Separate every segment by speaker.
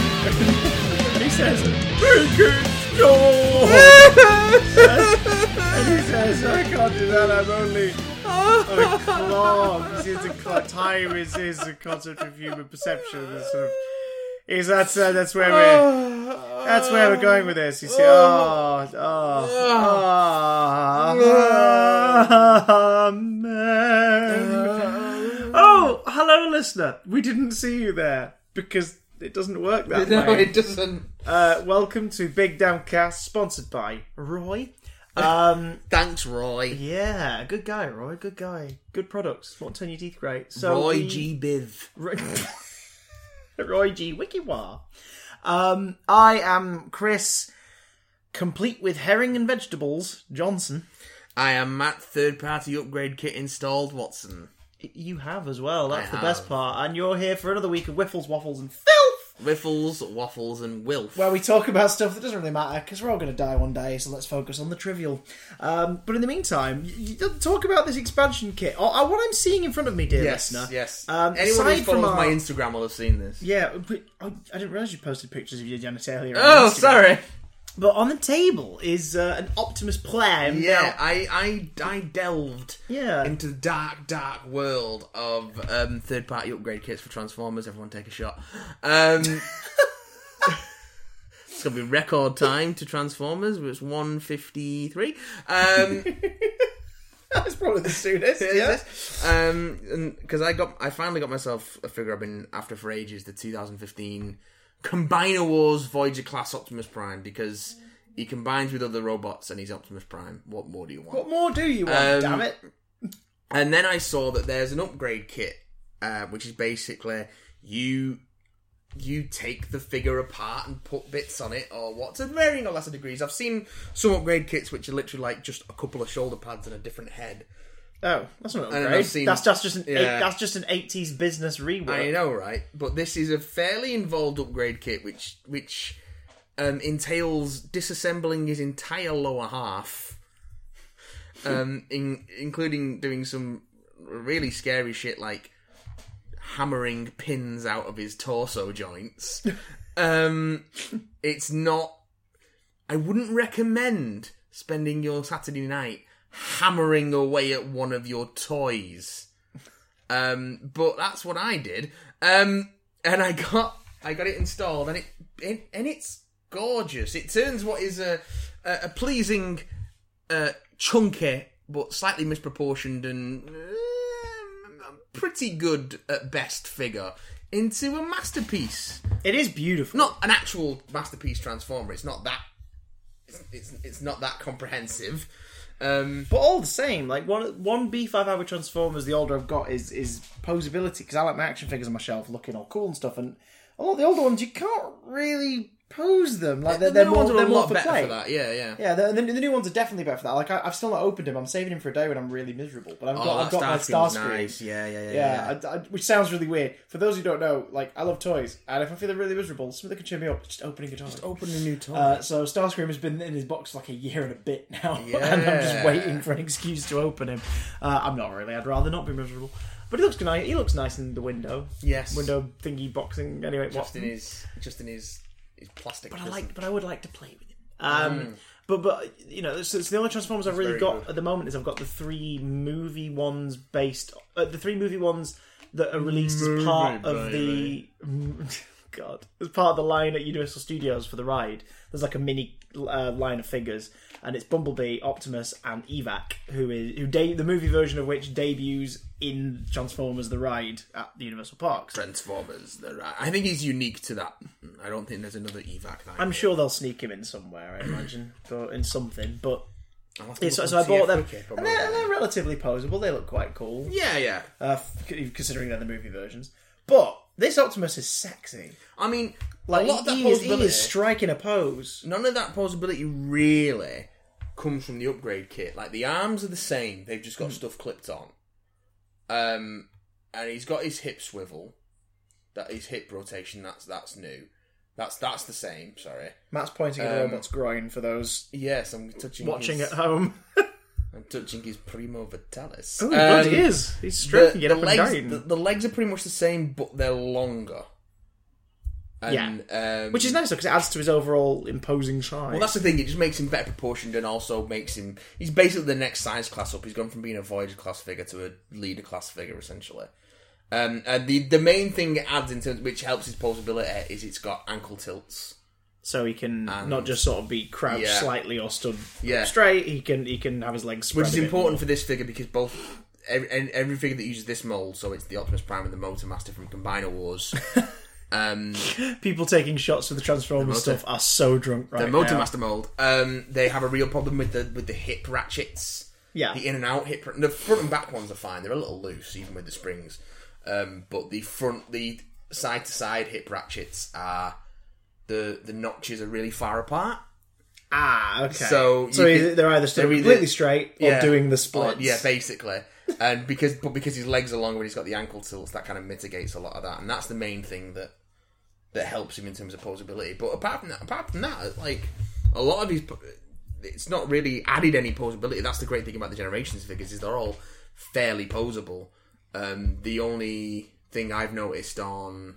Speaker 1: he says, "Make it stop." and he says, "I can't do that. I'm only a clog." It's a cl- time is is a concept of human perception. and Sort of, is that's uh, that's where we're that's where we're going with this. You see, oh, oh, oh, amen. Oh, hello, listener. We didn't see you there because it doesn't work that
Speaker 2: No,
Speaker 1: way.
Speaker 2: it doesn't.
Speaker 1: Uh, welcome to Big Downcast, sponsored by Roy. Um,
Speaker 2: Thanks, Roy.
Speaker 1: yeah, good guy, Roy. Good guy. Good products. Won't turn your teeth grey. So
Speaker 2: Roy
Speaker 1: we-
Speaker 2: G. Biv.
Speaker 1: Roy, Roy G. Wikiwa. Um, I am Chris, complete with herring and vegetables. Johnson,
Speaker 2: I am Matt, third party upgrade kit installed, Watson.
Speaker 1: you have as well. That's
Speaker 2: I
Speaker 1: the best
Speaker 2: have.
Speaker 1: part. And you're here for another week of Wiffles, Waffles, and Filth,
Speaker 2: Wiffles, waffles, and wilf.
Speaker 1: where we talk about stuff that doesn't really matter because we're all going to die one day. So let's focus on the trivial. Um, but in the meantime, y y- talk about this expansion kit. Or, or what I'm seeing in front of me, dear
Speaker 2: yes,
Speaker 1: listener.
Speaker 2: yes.
Speaker 1: Um,
Speaker 2: Anyone who
Speaker 1: aside from
Speaker 2: follows
Speaker 1: our-
Speaker 2: my Instagram will have seen this.
Speaker 1: Yeah, but I, I didn't realize you posted pictures of your genitalia. on Instagram.
Speaker 2: Oh, sorry.
Speaker 1: But on the table is uh, an Optimus plan.
Speaker 2: Yeah, I, I, I delved
Speaker 1: Yeah.
Speaker 2: into the dark, dark world of um, third party upgrade kits for Transformers. Everyone take a shot. Um, it's going to be record time to Transformers, it was 153. Um,
Speaker 1: That's probably the soonest. yeah.
Speaker 2: Um, and because I got, I finally got myself a figure I've been after for ages, the 2015 Combiner Wars Voyager class Optimus Prime, because he combines with other robots and he's Optimus Prime. What more do you want?
Speaker 1: What more do you want?
Speaker 2: Um,
Speaker 1: damn it!
Speaker 2: And then I saw that there's an upgrade kit, uh, which is basically you you take the figure apart and put bits on it, or what to varying or lesser degrees. I've seen some upgrade kits which are literally like just a couple of shoulder pads and a different head.
Speaker 1: Oh, that's not
Speaker 2: don't know,
Speaker 1: great.
Speaker 2: I've seen-
Speaker 1: that's just, just an
Speaker 2: Yeah.
Speaker 1: eight, that's just an eighties business rework.
Speaker 2: I know, right? But this is a fairly involved upgrade kit, which which um, entails disassembling his entire lower half, um, in, including doing some really scary shit like hammering pins out of his torso joints. um, it's not. I wouldn't recommend spending your Saturday night hammering away at one of your toys. Um, but that's what I did. Um, and I got I got it installed, and it, it and it's gorgeous. It turns what is a a, a pleasing, uh, chunky but slightly misproportioned and uh, pretty good at best figure into a masterpiece.
Speaker 1: It is beautiful.
Speaker 2: Not an actual masterpiece transformer. It's not that. It's it's, it's not that comprehensive. Um,
Speaker 1: But all the same, like one one B five hour Transformers, the older I've got is is posability because I like my action figures on my shelf, looking all cool and stuff. And a lot of the older ones, you can't really pose them. Like they're,
Speaker 2: the
Speaker 1: they're
Speaker 2: new
Speaker 1: more
Speaker 2: ones are
Speaker 1: they're
Speaker 2: a
Speaker 1: more
Speaker 2: lot
Speaker 1: for
Speaker 2: better
Speaker 1: play.
Speaker 2: for that. Yeah, yeah.
Speaker 1: Yeah, the, the, the new ones are definitely better for that. Like I, I've still not opened him. I'm saving him for a day when I'm really miserable. But I've got I've got my star
Speaker 2: Oh, Starscream's
Speaker 1: screen.
Speaker 2: nice. Yeah, yeah, yeah. yeah.
Speaker 1: Yeah, I, I- which sounds really weird. For those who don't know, like I love toys, and if I'm feeling really miserable, something that can cheer me up is just opening a toy.
Speaker 2: Open a new toy.
Speaker 1: uh, so Starscream has been in his box for like a year and a bit now, and I'm just
Speaker 2: Yeah.
Speaker 1: waiting for an excuse to open him. Uh, I'm not really. I'd rather not be miserable. But he looks nice. He looks nice in the window,
Speaker 2: yes.
Speaker 1: window thingy boxing. Anyway, what?
Speaker 2: Just in his, just in his, his plastic.
Speaker 1: But I like. But I would like to play with him. Um, But but you know, so, so the only Transformers I've really
Speaker 2: very
Speaker 1: got
Speaker 2: good.
Speaker 1: at the moment is I've got the three movie ones based, uh, the three movie ones that are released as part of the God as part of the line at Universal Studios for the ride. There's like a mini uh, line of figures, and it's Bumblebee, Optimus, and Evac, who is who de- the movie version of which debuts in Transformers the ride at the Universal Parks.
Speaker 2: Transformers. They're right. I think he's unique to that. I don't think there's another evac. That
Speaker 1: I'm sure they'll sneak him in somewhere, I imagine, but in something. But
Speaker 2: sure.
Speaker 1: Yeah, so, so I bought them, and they're, and they're relatively posable. They look quite cool,
Speaker 2: Yeah, yeah.
Speaker 1: uh, f- considering they're the movie versions. But this Optimus is sexy.
Speaker 2: I mean,
Speaker 1: Like
Speaker 2: a lot of that
Speaker 1: he, is, he
Speaker 2: possibility.
Speaker 1: is striking a pose.
Speaker 2: none of that possibility really comes from the upgrade kit. Like the arms are the same; they've just
Speaker 1: Hmm.
Speaker 2: got stuff clipped on. Um, and he's got his hip swivel, that his hip rotation. That's that's new. That's that's the same. Sorry.
Speaker 1: Matt's pointing at a
Speaker 2: Um,
Speaker 1: robot's groin for those
Speaker 2: Yes, I'm touching.
Speaker 1: watching
Speaker 2: his,
Speaker 1: at home.
Speaker 2: I'm touching his primo vitalis.
Speaker 1: Oh,
Speaker 2: Um,
Speaker 1: God, he is. He's stroking it up
Speaker 2: legs,
Speaker 1: and down.
Speaker 2: The, the legs are pretty much the same, but they're longer. And, um,
Speaker 1: Which is nice, because it adds to his overall imposing size.
Speaker 2: well, that's the thing. It just makes him better proportioned, and also makes him. He's basically the next size class up. He's gone from being a voyager class figure to a leader class figure, essentially. Um, and the the main thing it adds in terms which helps his posability is it's got ankle tilts.
Speaker 1: so he can not just sort of be crouched
Speaker 2: Yeah.
Speaker 1: slightly or stood
Speaker 2: Yeah.
Speaker 1: straight. He can he can have his legs spread
Speaker 2: which is
Speaker 1: a bit
Speaker 2: important for this figure because both every, and every figure that uses this mold, so it's the Optimus Prime and the Motor Master from Combiner Wars. um,
Speaker 1: more. People taking shots with the Transformers
Speaker 2: motor-
Speaker 1: stuff are so drunk right
Speaker 2: the Motor
Speaker 1: now.
Speaker 2: Master mold. Um, they have a real problem with the with the hip ratchets.
Speaker 1: Yeah.
Speaker 2: the in and out hip. The front and back ones are fine. They're a little loose, even with the springs. Um, but the front, the side to side hip ratchets are the the notches are really far apart.
Speaker 1: Ah, okay.
Speaker 2: So
Speaker 1: so
Speaker 2: you
Speaker 1: is
Speaker 2: could-
Speaker 1: it- they're either stood
Speaker 2: they're either-
Speaker 1: completely straight or doing the splits.
Speaker 2: Or- yeah, basically. And because but because his legs are longer and he's got the ankle tilts, that kind of mitigates a lot of that. And that's the main thing that that helps him in terms of posability. But apart from that, apart from that, like a lot of his, po- it's not really added any posability. That's the great thing about the generations figures is they're all fairly posable. Um, the only thing I've noticed on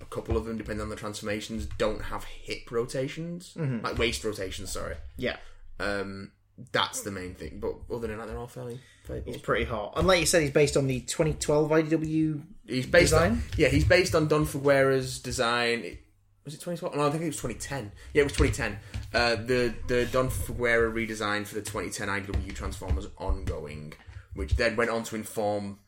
Speaker 2: a couple of them, depending on the transformations, don't have hip rotations,
Speaker 1: Mm-hmm.
Speaker 2: like waist rotations. Sorry.
Speaker 1: yeah.
Speaker 2: Um, that's the main thing. But other than that, they're all fairly. fairly
Speaker 1: He's pretty hot. And like you said, he's based on the 2012 IDW.
Speaker 2: he's based on
Speaker 1: Design?
Speaker 2: yeah, he's based on Don Figuera's design. It, was it 2012? No, I think it was 2010. Yeah, it was 2010. Uh, the the Don Figuera redesign for the 2010 IDW Transformers ongoing, which then went on to inform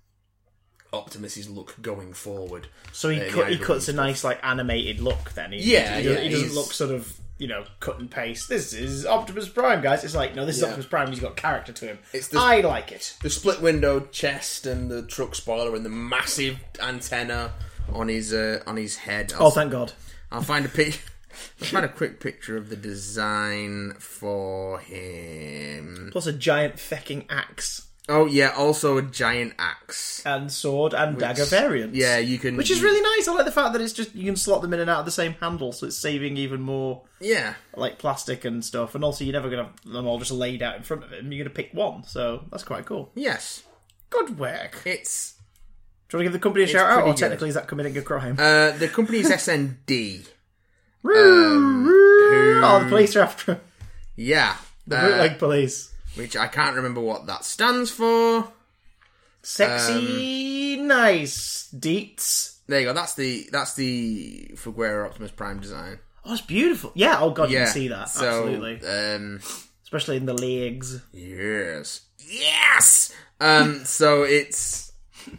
Speaker 2: Optimus's look going forward.
Speaker 1: So he,
Speaker 2: Uh, the
Speaker 1: cut, he
Speaker 2: IDW
Speaker 1: cuts a nice like animated look. Then he,
Speaker 2: Yeah,
Speaker 1: he, doesn't-
Speaker 2: yeah,
Speaker 1: he doesn't
Speaker 2: he's-
Speaker 1: look sort of you know cut and paste. This is Optimus Prime, guys. It's like no, this is
Speaker 2: Yeah.
Speaker 1: Optimus Prime. He's got character to him.
Speaker 2: It's the-
Speaker 1: I like it.
Speaker 2: the split window chest and the truck spoiler and the massive antenna on his uh, on his head.
Speaker 1: Oh, thank God.
Speaker 2: I'll find a pic. I'll find a quick picture of the design for him.
Speaker 1: Plus a giant fecking axe
Speaker 2: Oh yeah, also a giant axe.
Speaker 1: and sword and dagger variants.
Speaker 2: Yeah, you can.
Speaker 1: which is really nice. I like the fact that it's just you can slot them in and out of the same handle, so it's saving even more
Speaker 2: yeah.
Speaker 1: like plastic and stuff. And also, you're never gonna have them all just laid out in front of him. You're gonna pick one, so that's quite cool.
Speaker 2: Yes,
Speaker 1: Good work.
Speaker 2: it's
Speaker 1: Do you want to give the company a shout out,
Speaker 2: pretty
Speaker 1: or
Speaker 2: good.
Speaker 1: technically is that committing a crime?
Speaker 2: uh, the company's SND. um,
Speaker 1: oh, the police are after him.
Speaker 2: Yeah,
Speaker 1: The
Speaker 2: uh,
Speaker 1: bootleg police.
Speaker 2: which I can't remember what that stands for.
Speaker 1: Sexy,
Speaker 2: um,
Speaker 1: nice deets.
Speaker 2: There you go. That's the that's the Figuera Optimus Prime design.
Speaker 1: Oh, it's beautiful. Yeah. Oh God, you
Speaker 2: Yeah,
Speaker 1: can see that.
Speaker 2: so,
Speaker 1: Absolutely.
Speaker 2: Um,
Speaker 1: Especially in the legs.
Speaker 2: Yes. Yes. Um. So it's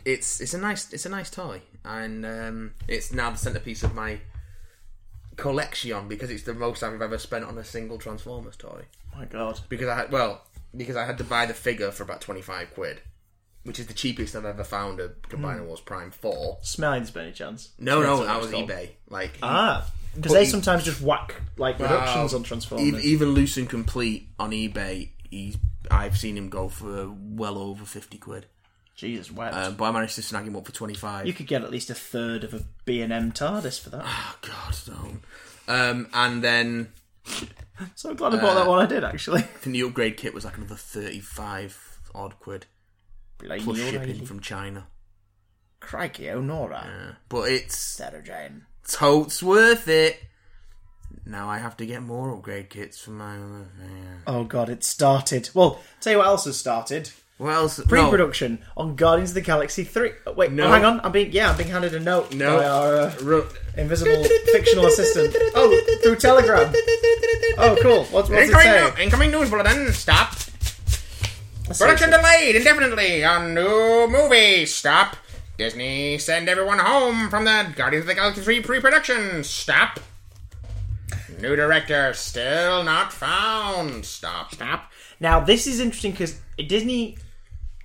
Speaker 2: it's it's a nice it's a nice toy, and um, it's now the centerpiece of my collection because it's the most I've ever spent on a single Transformers toy.
Speaker 1: my God.
Speaker 2: Because I had well because I had to buy the figure for about twenty five quid. Which is the cheapest I've ever found a Combiner Wars Prime for.
Speaker 1: Smellies by any chance?
Speaker 2: No,
Speaker 1: That's
Speaker 2: no,
Speaker 1: what
Speaker 2: that
Speaker 1: it's
Speaker 2: was
Speaker 1: called.
Speaker 2: eBay. Like e-,
Speaker 1: Ah, because they
Speaker 2: he-
Speaker 1: sometimes just whack like reductions on
Speaker 2: even,
Speaker 1: Transformers.
Speaker 2: even loose and complete on eBay, he's I've seen him go for well over fifty quid.
Speaker 1: Jesus, wept.
Speaker 2: Um, but I managed to snag him up for 25.
Speaker 1: you could get at least a third of a B and M TARDIS for that.
Speaker 2: Oh, God, no. Um, and then
Speaker 1: So I'm glad I bought that one. I did actually.
Speaker 2: I think the upgrade kit was like another 35 odd quid plus shipping from China.
Speaker 1: Crikey, Onora,
Speaker 2: Yeah. But it's
Speaker 1: Sarah Jane.
Speaker 2: totes worth it. Now I have to get more upgrade kits for my other thing.
Speaker 1: Oh God, it started. Well, tell you what else has started.
Speaker 2: What else?
Speaker 1: Pre-production on Guardians of the Galaxy three. Oh, wait,
Speaker 2: No.
Speaker 1: oh, hang on. I'm being yeah, I'm being handed a note
Speaker 2: No.
Speaker 1: by our uh,
Speaker 2: No. Ru-
Speaker 1: invisible fictional assistant. Oh, through Telegram. Oh, cool. What's, what's it
Speaker 2: Incoming,
Speaker 1: say?
Speaker 2: new- incoming news bulletin. Stop.
Speaker 1: Let's see,
Speaker 2: Production
Speaker 1: it's-
Speaker 2: delayed indefinitely on new movie. Stop. Disney send everyone home from the Guardians of the Galaxy 3 pre production. Stop. New director still not found. Stop.
Speaker 1: app. Now, this is interesting because Disney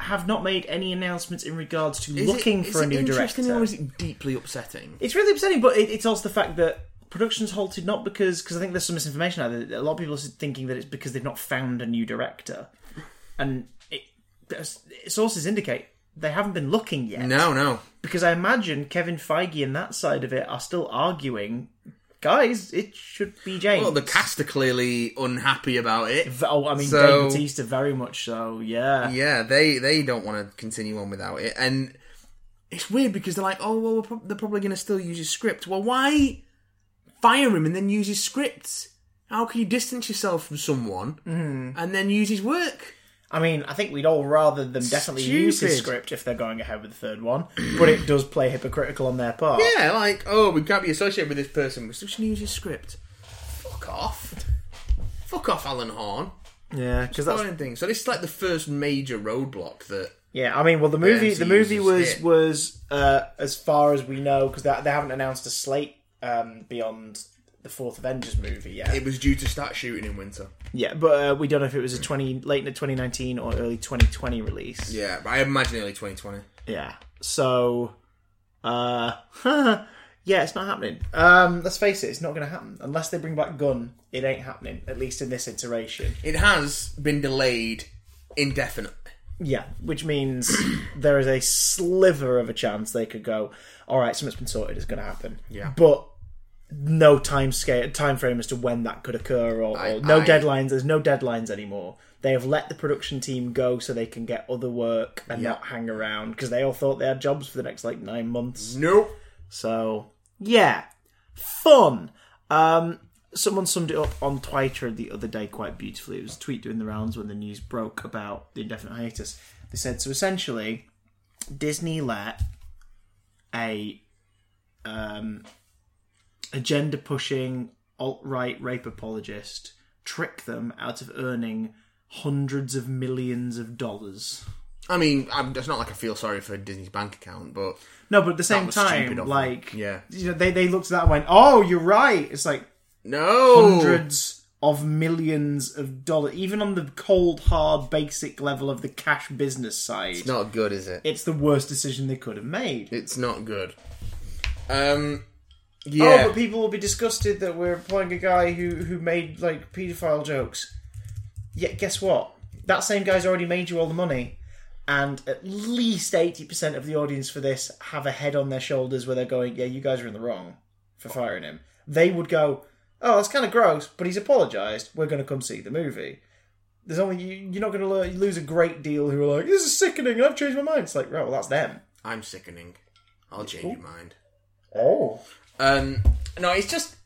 Speaker 1: have not made any announcements in regards to looking for a new director.
Speaker 2: it deeply upsetting?
Speaker 1: It's really upsetting, but it, it's also the fact that production's halted not because because I think there's some misinformation out there. A lot of people are thinking that it's because they've not found a new director, and it, there's- sources indicate they haven't been looking yet.
Speaker 2: No, no.
Speaker 1: Because I imagine Kevin Feige and that side of it are still arguing guys, it should be James.
Speaker 2: Well, the cast are clearly unhappy about it.
Speaker 1: V- Oh, I mean,
Speaker 2: So-
Speaker 1: Dave Batista very much so. Yeah.
Speaker 2: Yeah, they they don't want to continue on without it, and it's weird because they're like, oh well, we're prob- they're probably going to still use his script. Well, why fire him and then use his script? How can you distance yourself from someone and then use his work?
Speaker 1: I mean, I think we'd all rather them definitely use his
Speaker 2: Stupid.
Speaker 1: script if they're going ahead with the third one, but it does play hypocritical on their part.
Speaker 2: Yeah, like oh, we can't be associated with this person. We're still going to use his script. Fuck off. Fuck off, Alan Horn.
Speaker 1: Yeah, because that's
Speaker 2: Foreign thing. So this is like the first major roadblock that
Speaker 1: yeah. I mean, well, the movie the
Speaker 2: MCU
Speaker 1: movie
Speaker 2: is
Speaker 1: was
Speaker 2: hit.
Speaker 1: was uh, as far as we know because they, they haven't announced a slate um, beyond the fourth Avengers movie yet.
Speaker 2: it was due to start shooting in winter.
Speaker 1: yeah, but uh, we don't know if it was a twenty late in twenty nineteen or early twenty twenty release.
Speaker 2: Yeah, but I imagine early 2020.
Speaker 1: Yeah. So, uh, yeah, it's not happening. Um, let's face it, it's not going to happen unless they bring back Gun. It ain't happening, at least in this iteration.
Speaker 2: It has been delayed indefinitely.
Speaker 1: Yeah, which means there is a sliver of a chance they could go. All right, something's been sorted. It's going to happen.
Speaker 2: Yeah.
Speaker 1: but no time scale, time frame as to when that could occur, or,
Speaker 2: I-
Speaker 1: or no
Speaker 2: I-
Speaker 1: deadlines. There's no deadlines anymore. They have let the production team go so they can get other work and not hang around because they all thought they had jobs for the next like nine months.
Speaker 2: Nope.
Speaker 1: So yeah, fun. Um, someone summed it up on Twitter the other day quite beautifully. It was a tweet doing the rounds when the news broke about the indefinite hiatus. They said so essentially, Disney let a um, agenda pushing alt right rape apologist trick them out of earning hundreds of millions of dollars.
Speaker 2: I mean, I'm, it's not like I feel sorry for Disney's bank account, but
Speaker 1: No, but at the same
Speaker 2: was stupid
Speaker 1: time,
Speaker 2: of them.
Speaker 1: like
Speaker 2: Yeah.
Speaker 1: you know, they they looked at that and went, "Oh, you're right." It's like
Speaker 2: no.
Speaker 1: hundreds of millions of dollars, even on the cold, hard, basic level of the cash business side. It's,
Speaker 2: Not good, is it?
Speaker 1: the worst decision they could have made.
Speaker 2: It's not good. Um. Yeah.
Speaker 1: Oh, but people will be disgusted that we're employing a guy who who made like paedophile jokes. Yet, guess what? That same guy's already made you all the money. And at least 80% of the audience for this have a head on their shoulders where they're going, Yeah, you guys are in the wrong for firing him. They would go, Oh, that's kind of gross, but he's apologised. We're going to come see the movie. There's only you, you're not going to lose a great deal who are like, This is sickening, and I've changed my mind. It's like, Right, well, that's them.
Speaker 2: I'm sickening. I'll change your mind.
Speaker 1: Oh.
Speaker 2: Um. No, it's just.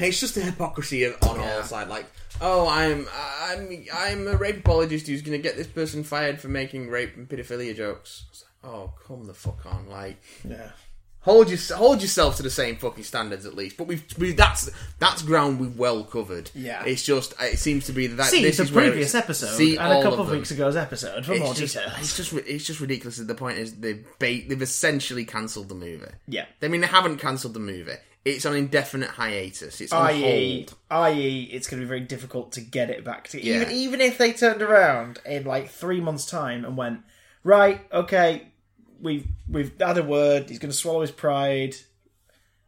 Speaker 2: It's just the hypocrisy of, on all sides. Like, oh, I'm, I'm, I'm a rape apologist who's going to get this person fired for making rape and paedophilia jokes. It's like, oh, come the fuck on! Like,
Speaker 1: Yeah.
Speaker 2: Hold your, hold yourself to the same fucking standards at least. But we've, we that's that's ground we've well covered.
Speaker 1: Yeah.
Speaker 2: it's just it seems to be that
Speaker 1: See
Speaker 2: this
Speaker 1: the
Speaker 2: is where
Speaker 1: previous
Speaker 2: it's-
Speaker 1: episode
Speaker 2: see
Speaker 1: and a
Speaker 2: all
Speaker 1: couple of,
Speaker 2: them.
Speaker 1: weeks ago's episode for more
Speaker 2: It's just,
Speaker 1: details.
Speaker 2: it's just ri- it's just ridiculous. that The point is they've ba- they've essentially cancelled the movie.
Speaker 1: Yeah.
Speaker 2: I mean they haven't cancelled the movie. It's on indefinite hiatus. It's on
Speaker 1: i.e.,
Speaker 2: hold.
Speaker 1: i.e., E, it's going to be very difficult to get it back to
Speaker 2: Yeah.
Speaker 1: even even if they turned around in like three months' time and went right, okay, we've we've had a word. He's going to swallow his pride,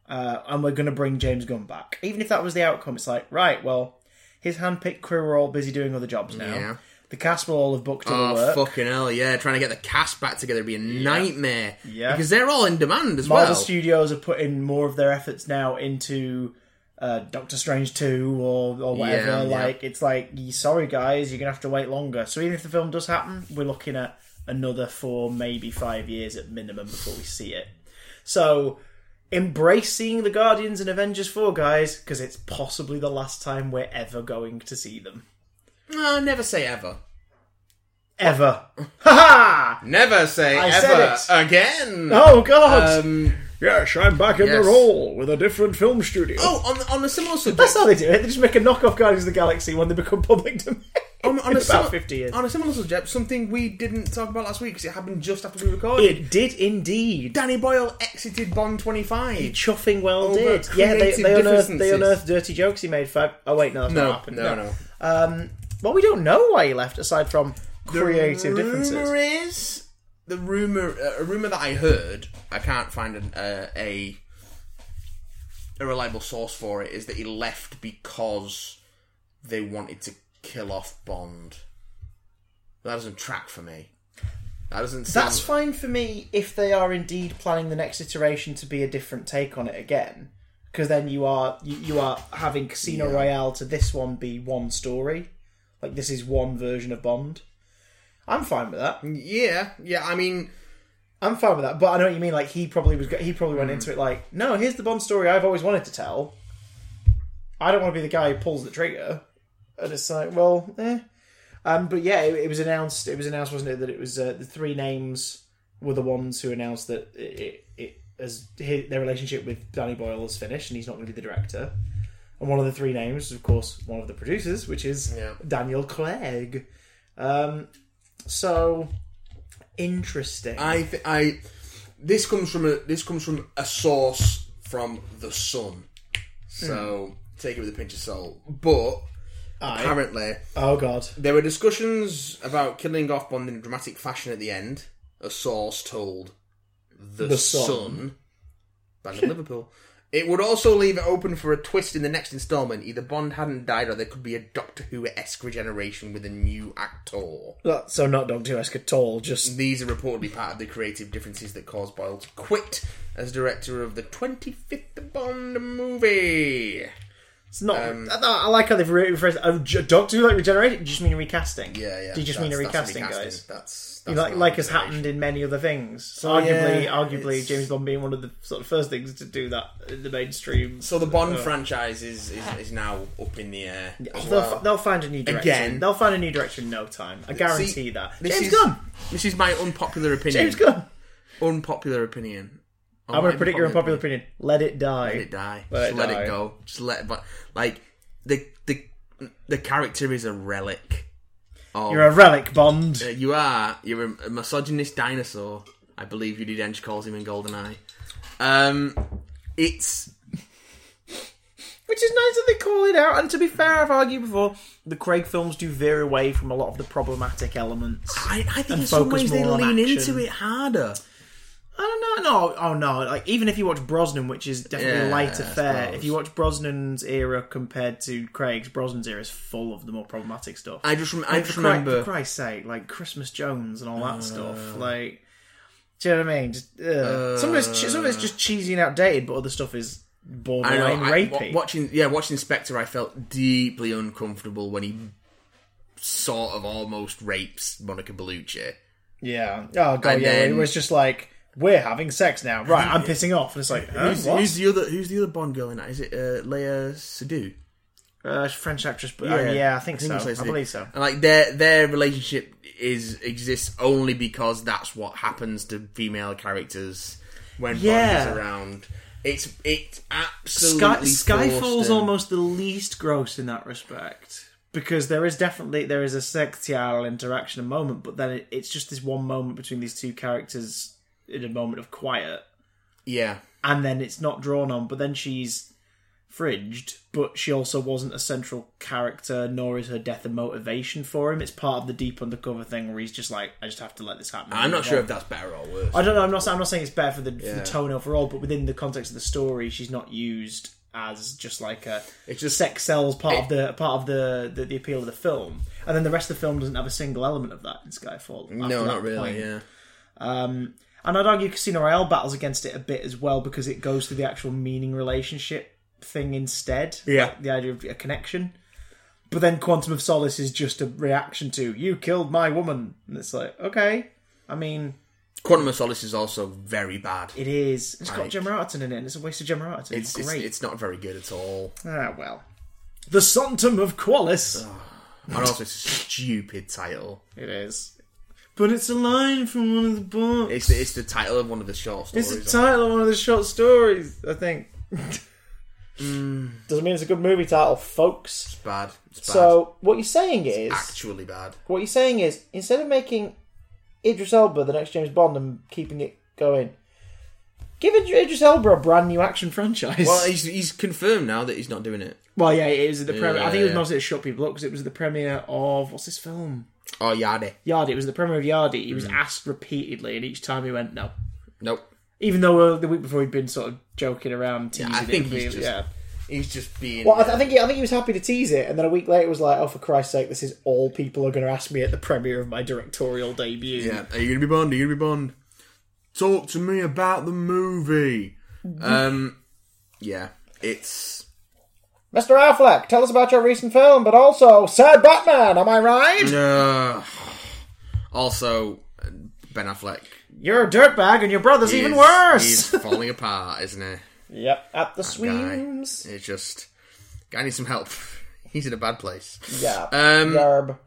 Speaker 1: uh, and we're going to bring James Gunn back. Even if that was the outcome, it's like right, well, his handpicked crew are all busy doing other jobs now.
Speaker 2: Yeah.
Speaker 1: The cast will all have booked other
Speaker 2: Oh
Speaker 1: work.
Speaker 2: fucking hell! Yeah, trying to get the cast back together would be a nightmare.
Speaker 1: Yeah.
Speaker 2: because they're all in demand as
Speaker 1: Marvel
Speaker 2: well.
Speaker 1: Studios are putting more of their efforts now into uh, Doctor Strange two or or whatever.
Speaker 2: Yeah, yeah.
Speaker 1: like it's like, "You- sorry guys, you're gonna have to wait longer. So even if the film does happen, we're looking at another four, maybe five years at minimum before we see it. So embrace seeing the Guardians and Avengers four guys because it's possibly the last time we're ever going to see them.
Speaker 2: Oh, never say ever.
Speaker 1: Ever. ha ha!
Speaker 2: Never say
Speaker 1: I
Speaker 2: ever
Speaker 1: said
Speaker 2: again.
Speaker 1: Oh god.
Speaker 2: Um,
Speaker 1: yes, I'm back in
Speaker 2: yes.
Speaker 1: role with a different film studio.
Speaker 2: Oh, on on a similar subject.
Speaker 1: That's how they do it. They just make a knockoff Guardians of the Galaxy when they become public domain.
Speaker 2: on, on
Speaker 1: in
Speaker 2: a
Speaker 1: about
Speaker 2: similar-
Speaker 1: 50 years.
Speaker 2: On a similar subject, something we didn't talk about last week because it happened just after we recorded.
Speaker 1: It did indeed.
Speaker 2: Danny Boyle exited Bond 25.
Speaker 1: Chuffing well
Speaker 2: Over
Speaker 1: did. Yeah, they,
Speaker 2: creative
Speaker 1: they unearthed they
Speaker 2: differences.
Speaker 1: unearthed dirty jokes he made. Five. Oh wait, no, that's
Speaker 2: No,
Speaker 1: not happened.
Speaker 2: no, no.
Speaker 1: Um, well, we don't know why he left aside from creative differences.
Speaker 2: Rumor is the rumor uh, a rumor that I heard. I can't find an, uh, a a reliable source for it. Is that he left because they wanted to kill off Bond. That doesn't track for me. That doesn't. Sound
Speaker 1: That's fine for me if they are indeed planning the next iteration to be a different take on it again. because then you are you, you are having Casino Royale to this one be one story. Like this is one version of Bond. I'm fine with that.
Speaker 2: Yeah, yeah. I mean,
Speaker 1: I'm fine with that. But I know what you mean. Like he probably was. He probably
Speaker 2: Hmm.
Speaker 1: went into it like, no, here's the Bond story I've always wanted to tell. I don't want to be the guy who pulls the trigger. And it's like, well, eh. Um, but yeah, it, it was announced. It was announced, wasn't it, that it was uh, the three names were the ones who announced that it, it, it as his, their relationship with Danny Boyle is finished and he's not going to be the director. And one of the three names is, of course, one of the producers, which is
Speaker 2: Yeah.
Speaker 1: Daniel Clegg. Um, so interesting.
Speaker 2: I th- I this comes from a this comes from a source from the Sun, so take it with a pinch of salt. But
Speaker 1: Aye.
Speaker 2: apparently,
Speaker 1: oh god.
Speaker 2: there were discussions about killing off Bond in a dramatic fashion at the end. A source told the,
Speaker 1: The Sun.
Speaker 2: Sun, Band of Liverpool. It would also leave it open for a twist in the next instalment. Either Bond hadn't died, or there could be a Doctor Who esque regeneration with a new actor.
Speaker 1: Well, So not Doctor Who-esque at all. Just
Speaker 2: These are reportedly part of the creative differences that caused Boyle to quit as director of the 25th Bond movie.
Speaker 1: it's not.
Speaker 2: Um,
Speaker 1: I, I like how they've re- rephrased. it. Oh, J- Doctor Who like regenerated. You just mean a recasting?
Speaker 2: Yeah, yeah.
Speaker 1: Do you just
Speaker 2: that's-
Speaker 1: mean a
Speaker 2: that's
Speaker 1: recasting, guys?
Speaker 2: That's,
Speaker 1: You
Speaker 2: that's
Speaker 1: know, like
Speaker 2: not
Speaker 1: like has
Speaker 2: regeneration.
Speaker 1: happened in many other things. arguably,
Speaker 2: yeah,
Speaker 1: arguably,
Speaker 2: it's-
Speaker 1: James Bond being one of the sort of first things to do that in the mainstream.
Speaker 2: So the Bond franchise is, is, is now up in the air. as
Speaker 1: They'll,
Speaker 2: well.
Speaker 1: fi- they'll find a new direction.
Speaker 2: Again.
Speaker 1: they'll find a new direction in no time. I guarantee that.
Speaker 2: this
Speaker 1: James
Speaker 2: is- Oh,
Speaker 1: Gunn.
Speaker 2: This is my unpopular opinion.
Speaker 1: James Gunn.
Speaker 2: Unpopular opinion. Or
Speaker 1: I'm going
Speaker 2: not
Speaker 1: to predict your unpopular
Speaker 2: unpopular
Speaker 1: opinion. Let it die.
Speaker 2: Let it die.
Speaker 1: Let
Speaker 2: just
Speaker 1: it
Speaker 2: let
Speaker 1: die.
Speaker 2: it go. Just let it. But like the the the character is a relic. Of,
Speaker 1: You're a relic, Bond.
Speaker 2: Uh, you are. You're a, a misogynist dinosaur. I believe Judy Dench calls him in Goldeneye. Um, it's
Speaker 1: Which is nice that they call it out. And to be fair, I've argued before, the Craig films do veer away from a lot of the problematic elements.
Speaker 2: I, I think in some
Speaker 1: focus
Speaker 2: ways they
Speaker 1: more on
Speaker 2: lean
Speaker 1: action.
Speaker 2: into it harder.
Speaker 1: I don't know. No, oh no. Like even if you watch Brosnan, which is definitely a
Speaker 2: Yeah,
Speaker 1: lighter
Speaker 2: I
Speaker 1: fare,
Speaker 2: suppose.
Speaker 1: if you watch Brosnan's era compared to Craig's, Brosnan's era is full of the more problematic stuff.
Speaker 2: I just rem- I just
Speaker 1: for, Christ,
Speaker 2: remember Uh.
Speaker 1: for Christ's sake, like Christmas Jones and all that stuff. Like, do you know what I mean? Just, ugh. some of it's che- some of it's just cheesy and outdated, but other stuff is
Speaker 2: I know,
Speaker 1: borderline
Speaker 2: I-
Speaker 1: rapey.
Speaker 2: wa- watching yeah watching Spectre. I felt deeply uncomfortable when he sort of almost rapes Monica Bellucci.
Speaker 1: Yeah. Oh god,
Speaker 2: And
Speaker 1: yeah.
Speaker 2: then-
Speaker 1: It was just like we're having sex now, right? I'm pissing off, and it's like huh,
Speaker 2: Who's,
Speaker 1: what?
Speaker 2: who's the other Who's the other Bond girl in that? Is it uh, Leia Sadu?
Speaker 1: Uh, French actress, but yeah, yeah I think so.
Speaker 2: it's Leia
Speaker 1: I
Speaker 2: Seydoux.
Speaker 1: believe so.
Speaker 2: And like their their relationship is exists only because that's what happens to female characters when
Speaker 1: Yeah.
Speaker 2: Bond is around. It's it's
Speaker 1: Sky,
Speaker 2: absolutely
Speaker 1: Skyfall's
Speaker 2: forced and-
Speaker 1: almost the least gross in that respect because there is definitely there is a sexual interaction a moment, but then it, it's just this one moment between these two characters in a moment of quiet,
Speaker 2: yeah.
Speaker 1: and then it's not drawn on. But then she's fringed, but she also wasn't a central character, nor is her death a motivation for him. It's part of the deep undercover thing where he's just like, I just have to let this happen.
Speaker 2: I'm not sure if that's better or worse.
Speaker 1: I don't know. I'm not. I'm not saying it's bad for the, for the
Speaker 2: Yeah.
Speaker 1: tone overall, but within the context of the story, she's not used as just like a
Speaker 2: It's just-
Speaker 1: sex sells part of the part of the, the the appeal of the film, and then the rest of the film doesn't have a single element of that in Skyfall. after
Speaker 2: no,
Speaker 1: that
Speaker 2: not really.
Speaker 1: point.
Speaker 2: Yeah.
Speaker 1: Um, and I'd argue Casino Royale battles against it a bit as well because it goes to the actual meaning relationship thing instead.
Speaker 2: Yeah.
Speaker 1: Like, the idea of a connection. But then Quantum of Solace is just a reaction to "You killed my woman," and it's like, okay, I mean.
Speaker 2: Quantum of Solace is also very bad.
Speaker 1: It is. It's got
Speaker 2: Right.
Speaker 1: Gemma Arterton in it, and it's a waste of Gemma Arterton. It's,
Speaker 2: It's, it's,
Speaker 1: great.
Speaker 2: it's not very good at all.
Speaker 1: Ah, well. The Sanctum of Qualis.
Speaker 2: And also, it's a stupid title.
Speaker 1: It is. But it's a line from one of the books.
Speaker 2: It's the, it's the title of one of the short
Speaker 1: It's
Speaker 2: stories.
Speaker 1: the title of one of the short stories, I think. Doesn't mean it's a good movie title, folks.
Speaker 2: It's bad. It's bad.
Speaker 1: So, what you're saying is.
Speaker 2: Actually bad.
Speaker 1: What you're saying is, instead of making Idris Elba the next James Bond and keeping it going, give Id- Idris Elba a brand new action franchise.
Speaker 2: Well, he's, he's confirmed now that he's not doing it.
Speaker 1: Well, yeah, it was at the premiere. I think it was
Speaker 2: Yeah.
Speaker 1: mostly to shut people up because it was the premiere of what's this film?
Speaker 2: Oh, Yadi.
Speaker 1: Yardy. It was the premiere of Yardy. He was
Speaker 2: Mm.
Speaker 1: asked repeatedly, and each time he went no.
Speaker 2: Nope.
Speaker 1: Even though uh, the week before he'd been sort of joking around, teasing
Speaker 2: I
Speaker 1: it,
Speaker 2: think
Speaker 1: being-
Speaker 2: he's just-
Speaker 1: yeah.
Speaker 2: He's just being.
Speaker 1: Well, I, th- I think he, I think he was happy to tease it, and then a week later it was like, oh, for Christ's sake, this is all people are going to ask me at the premiere of my directorial debut.
Speaker 2: yeah. Are you gonna be Bond? Are you gonna be Bond? Talk to me about the movie. Um. Yeah. It's
Speaker 1: Mr. Affleck, tell us about your recent film, but also Sad Batman, am I right?
Speaker 2: uh, also Ben Affleck.
Speaker 1: You're a dirtbag and your brother's even
Speaker 2: is-
Speaker 1: worse.
Speaker 2: He's falling apart, isn't he?
Speaker 1: Yep, at the
Speaker 2: guy.
Speaker 1: Sweems.
Speaker 2: It's just, I need some help. He's in a bad place.
Speaker 1: Yeah.
Speaker 2: Um,
Speaker 1: Garb.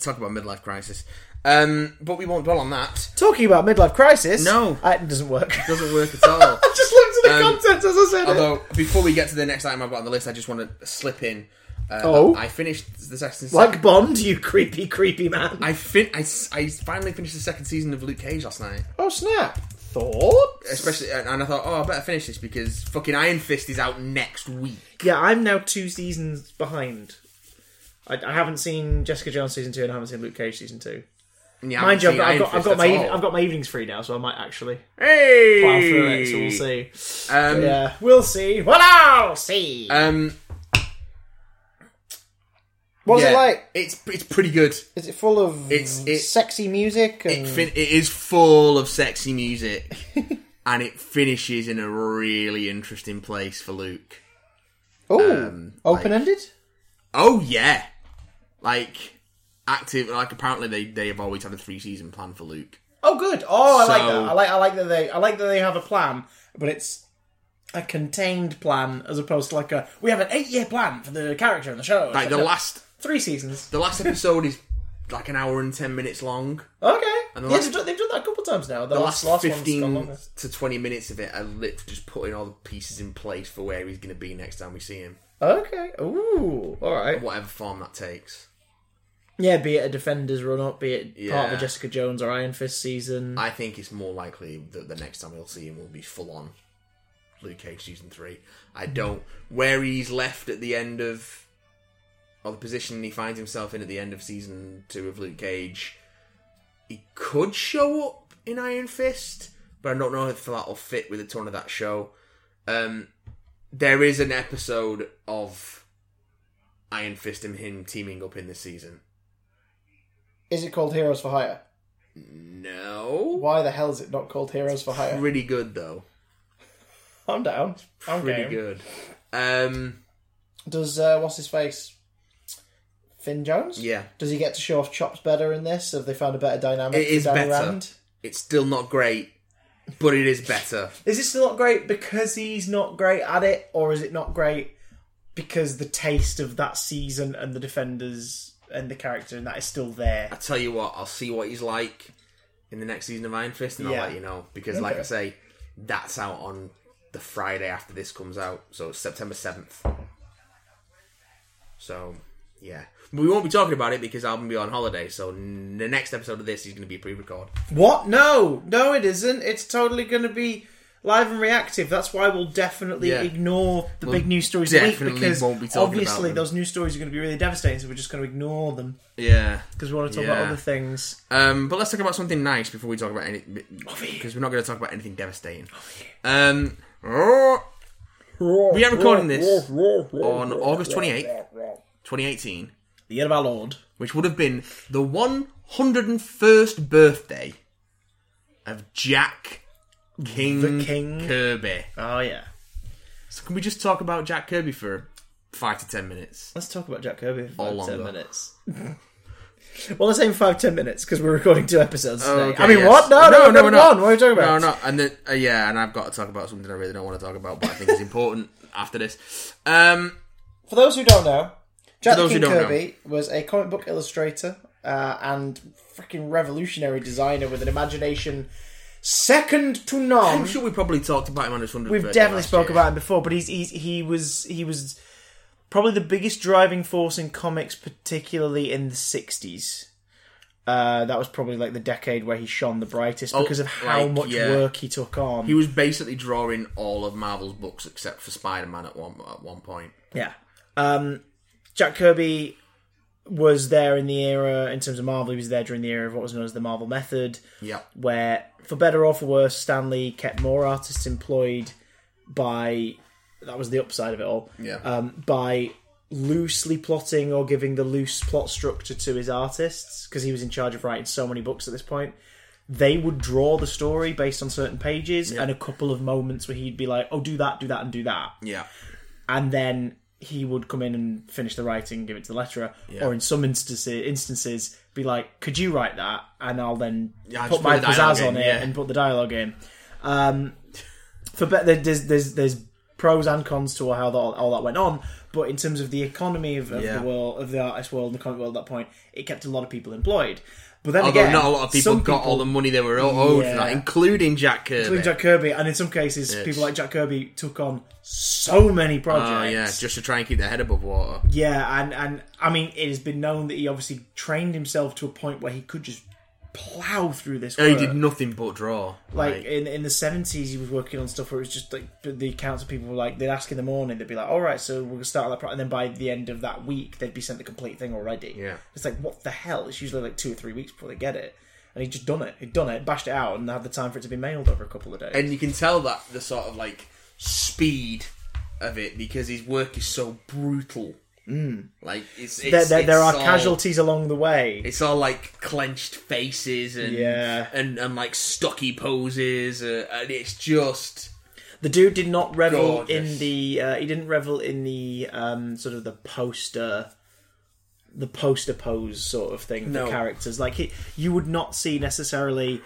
Speaker 2: Talk about midlife crisis. Um, but we won't dwell on that.
Speaker 1: Talking about midlife crisis.
Speaker 2: No.
Speaker 1: Uh, It doesn't work. I
Speaker 2: Doesn't work at all.
Speaker 1: just looked at the
Speaker 2: Um,
Speaker 1: contents as I said it.
Speaker 2: Although, before we get to the next item I've got on the list, I just want to slip in. Uh,
Speaker 1: Oh.
Speaker 2: I finished the second.
Speaker 1: Like Bond, you creepy, creepy man.
Speaker 2: I fin. I, s- I finally finished the second season of Luke Cage last night.
Speaker 1: oh, snap. Thoughts?
Speaker 2: Especially, and and I thought, oh, I better finish this because fucking Iron Fist is out next week.
Speaker 1: Yeah, I'm now two seasons behind. I, I haven't seen Jessica Jones season two, and I haven't seen Luke Cage season two.
Speaker 2: And yeah, I
Speaker 1: Mind you, I've
Speaker 2: haven't
Speaker 1: got, I've
Speaker 2: seen
Speaker 1: got, I've
Speaker 2: Iron
Speaker 1: got my even,
Speaker 2: Fist, that's all.
Speaker 1: I've got my evenings free now, so I might actually
Speaker 2: hey,
Speaker 1: plow through it. So we'll see.
Speaker 2: Um,
Speaker 1: Yeah, we'll see. Well, I'll see.
Speaker 2: um,
Speaker 1: what was
Speaker 2: yeah,
Speaker 1: it like? Mm.
Speaker 2: It's it's pretty good.
Speaker 1: Is it full of
Speaker 2: It's- it-
Speaker 1: sexy music? And...
Speaker 2: It, fin- it is full of sexy music, and it finishes in a really interesting place for Luke.
Speaker 1: oh,
Speaker 2: um,
Speaker 1: open ended.
Speaker 2: Oh yeah, like active. Like apparently they they have always had a three season plan for Luke.
Speaker 1: Oh, good. Oh, I like
Speaker 2: So-
Speaker 1: that. I like. I like that they. I like that they have a plan, but it's a contained plan as opposed to like a we have an eight year plan for the character and the show. It's
Speaker 2: Like the last
Speaker 1: three seasons.
Speaker 2: the last episode is like an hour and ten minutes long.
Speaker 1: Okay.
Speaker 2: And the
Speaker 1: yeah,
Speaker 2: last-
Speaker 1: they've, done, they've done that a couple times now. The,
Speaker 2: The
Speaker 1: last, last
Speaker 2: last,
Speaker 1: one's gone
Speaker 2: fifteen
Speaker 1: longer.
Speaker 2: to twenty minutes of it are lit just putting all the pieces in place for where he's going to be next time we see him,
Speaker 1: Okay. Ooh. All right.
Speaker 2: whatever form that takes.
Speaker 1: Yeah, be it a Defenders run up, be it part of a
Speaker 2: Yeah.
Speaker 1: Jessica Jones or Iron Fist season.
Speaker 2: I think it's more likely that the next time we'll see him will be full on Luke Cage season three. I don't where he's left at the end of or the position he finds himself in at the end of season two of Luke Cage. He could show up in Iron Fist, but I don't know if that'll fit with the tone of that show. Um, there is an episode of Iron Fist and him teaming up in this season.
Speaker 1: Is it called Heroes for Hire?
Speaker 2: No,
Speaker 1: Why the hell is it not called Heroes for Hire?
Speaker 2: pretty good though.
Speaker 1: I'm down. I'm
Speaker 2: pretty
Speaker 1: game.
Speaker 2: good. Um,
Speaker 1: Does uh, what's his face? Finn Jones.
Speaker 2: yeah,
Speaker 1: Does he get to show off chops better in this? Have they found a better dynamic?
Speaker 2: It
Speaker 1: for
Speaker 2: is
Speaker 1: Danny
Speaker 2: better.
Speaker 1: Rand?
Speaker 2: it's still not great, but it is better.
Speaker 1: Is this not great because he's not great at it, or is it not great because the taste of that season and the defenders and the character and that is still there?
Speaker 2: I tell you what, I'll see what he's like in the next season of Iron Fist, and
Speaker 1: Yeah.
Speaker 2: I'll let you know because, like
Speaker 1: Okay.
Speaker 2: I say, that's out on the Friday after this comes out, so it's September seventh. So, yeah, we won't be talking about it because I'm gonna be on holiday. So n- the next episode of this is gonna be pre-record.
Speaker 1: What? No, no, it isn't. It's totally going to be live and reactive. That's why we'll definitely
Speaker 2: Yeah.
Speaker 1: ignore the big news stories of the week
Speaker 2: definitely
Speaker 1: because
Speaker 2: won't be talking about
Speaker 1: obviously
Speaker 2: them.
Speaker 1: those news stories are going to be really devastating. So we're just going to ignore them
Speaker 2: Yeah.
Speaker 1: because we want to talk
Speaker 2: Yeah.
Speaker 1: about other things.
Speaker 2: Um, but let's talk about something nice before we talk about any because we're not going to talk about anything devastating. Um,
Speaker 1: Oh,
Speaker 2: we are recording this on August twenty eighth, twenty eighteen,
Speaker 1: The year of our Lord.
Speaker 2: which would have been the one hundred and first birthday of Jack King,
Speaker 1: The King.
Speaker 2: Kirby.
Speaker 1: Oh yeah.
Speaker 2: So can we just talk about Jack Kirby for five to ten minutes?
Speaker 1: Let's talk about Jack Kirby for five,
Speaker 2: Or
Speaker 1: ten
Speaker 2: longer.
Speaker 1: minutes. well, I'm saying five, ten minutes because we're recording two episodes today.
Speaker 2: Oh, Okay,
Speaker 1: Uh, I mean,
Speaker 2: yes.
Speaker 1: what? No, no, no,
Speaker 2: we're
Speaker 1: no,
Speaker 2: not.
Speaker 1: What are we talking about?
Speaker 2: No, no, and then uh, yeah, and I've got to talk about something I really don't want to talk about, but I think is important after this. Um.
Speaker 1: For those who don't know, Jack
Speaker 2: For
Speaker 1: the
Speaker 2: those
Speaker 1: King
Speaker 2: who don't
Speaker 1: Kirby was a comic book illustrator uh, and freaking revolutionary designer with an imagination second to none.
Speaker 2: I'm sure we probably talked about him on his 100th
Speaker 1: We've definitely spoke about him before, but he's, he's he was he was probably the biggest driving force in comics, particularly in the '60s. Uh, that was probably like the decade where he shone the brightest because of how
Speaker 2: Oh, like,
Speaker 1: much
Speaker 2: yeah.
Speaker 1: work he took on.
Speaker 2: He was basically drawing all of Marvel's books except for Spider-Man at one at one point.
Speaker 1: Yeah. Um, Jack Kirby was there in the era, in terms of Marvel, he was there during the era of what was known as the Marvel Method,
Speaker 2: Yeah,
Speaker 1: where, for better or for worse, Stanley kept more artists employed by. That was the upside of it all.
Speaker 2: yeah,
Speaker 1: Um, by loosely plotting or giving the loose plot structure to his artists, because he was in charge of writing so many books at this point. They would draw the story based on certain pages and a couple of moments where he'd be like, oh, do that, do that, and do that
Speaker 2: yeah.
Speaker 1: and then he would come in and finish the writing, give it to the letterer, or in some instances, instances, be like, "Could you write that?" And I'll then
Speaker 2: Yeah,
Speaker 1: put
Speaker 2: just
Speaker 1: my
Speaker 2: put the dialogue
Speaker 1: pizzazz on
Speaker 2: in,
Speaker 1: it
Speaker 2: yeah.
Speaker 1: and put the dialogue in. Um, for bet, there's there's there's pros and cons to how that, all that went on, but in terms of the economy of, of
Speaker 2: Yeah.
Speaker 1: the world, of the artist world, and the comic world at that point, it kept a lot of people employed. But then
Speaker 2: Although
Speaker 1: again,
Speaker 2: not a lot of people
Speaker 1: some
Speaker 2: got all the money they were owed
Speaker 1: Yeah.
Speaker 2: for that, including Jack Kirby.
Speaker 1: including Jack Kirby, and in some cases, people like Jack Kirby took on so many projects.
Speaker 2: oh yeah, just to try and keep their head above water.
Speaker 1: Yeah, and and I mean, it has been known that he obviously trained himself to a point where he could just plow through this.
Speaker 2: He
Speaker 1: Work.
Speaker 2: did nothing but draw.
Speaker 1: like, in in the seventies, he was working on stuff where it was just like the accounts of people were like they'd ask in the morning, they'd be like, "All right, so we're gonna start on that," pro-" and then by the end of that week, they'd be sent the complete thing already.
Speaker 2: Yeah.
Speaker 1: it's like what the hell? It's usually like two or three weeks before they get it. And he'd just done it. He'd done it, bashed it out, and had the time for it to be mailed over a couple of days.
Speaker 2: and you can tell that the sort of like speed of it because his work is so brutal. Mm. Like it's,
Speaker 1: there,
Speaker 2: it's
Speaker 1: there,
Speaker 2: it's
Speaker 1: there are
Speaker 2: all-
Speaker 1: casualties along the way.
Speaker 2: It's all like clenched faces and
Speaker 1: Yeah.
Speaker 2: and, and like stocky poses uh, and it's just
Speaker 1: The dude did not revel
Speaker 2: Gorgeous.
Speaker 1: in the. Uh, he didn't revel in the um, sort of the poster, the poster pose sort of thing
Speaker 2: No.
Speaker 1: for characters. Like he, you would not see necessarily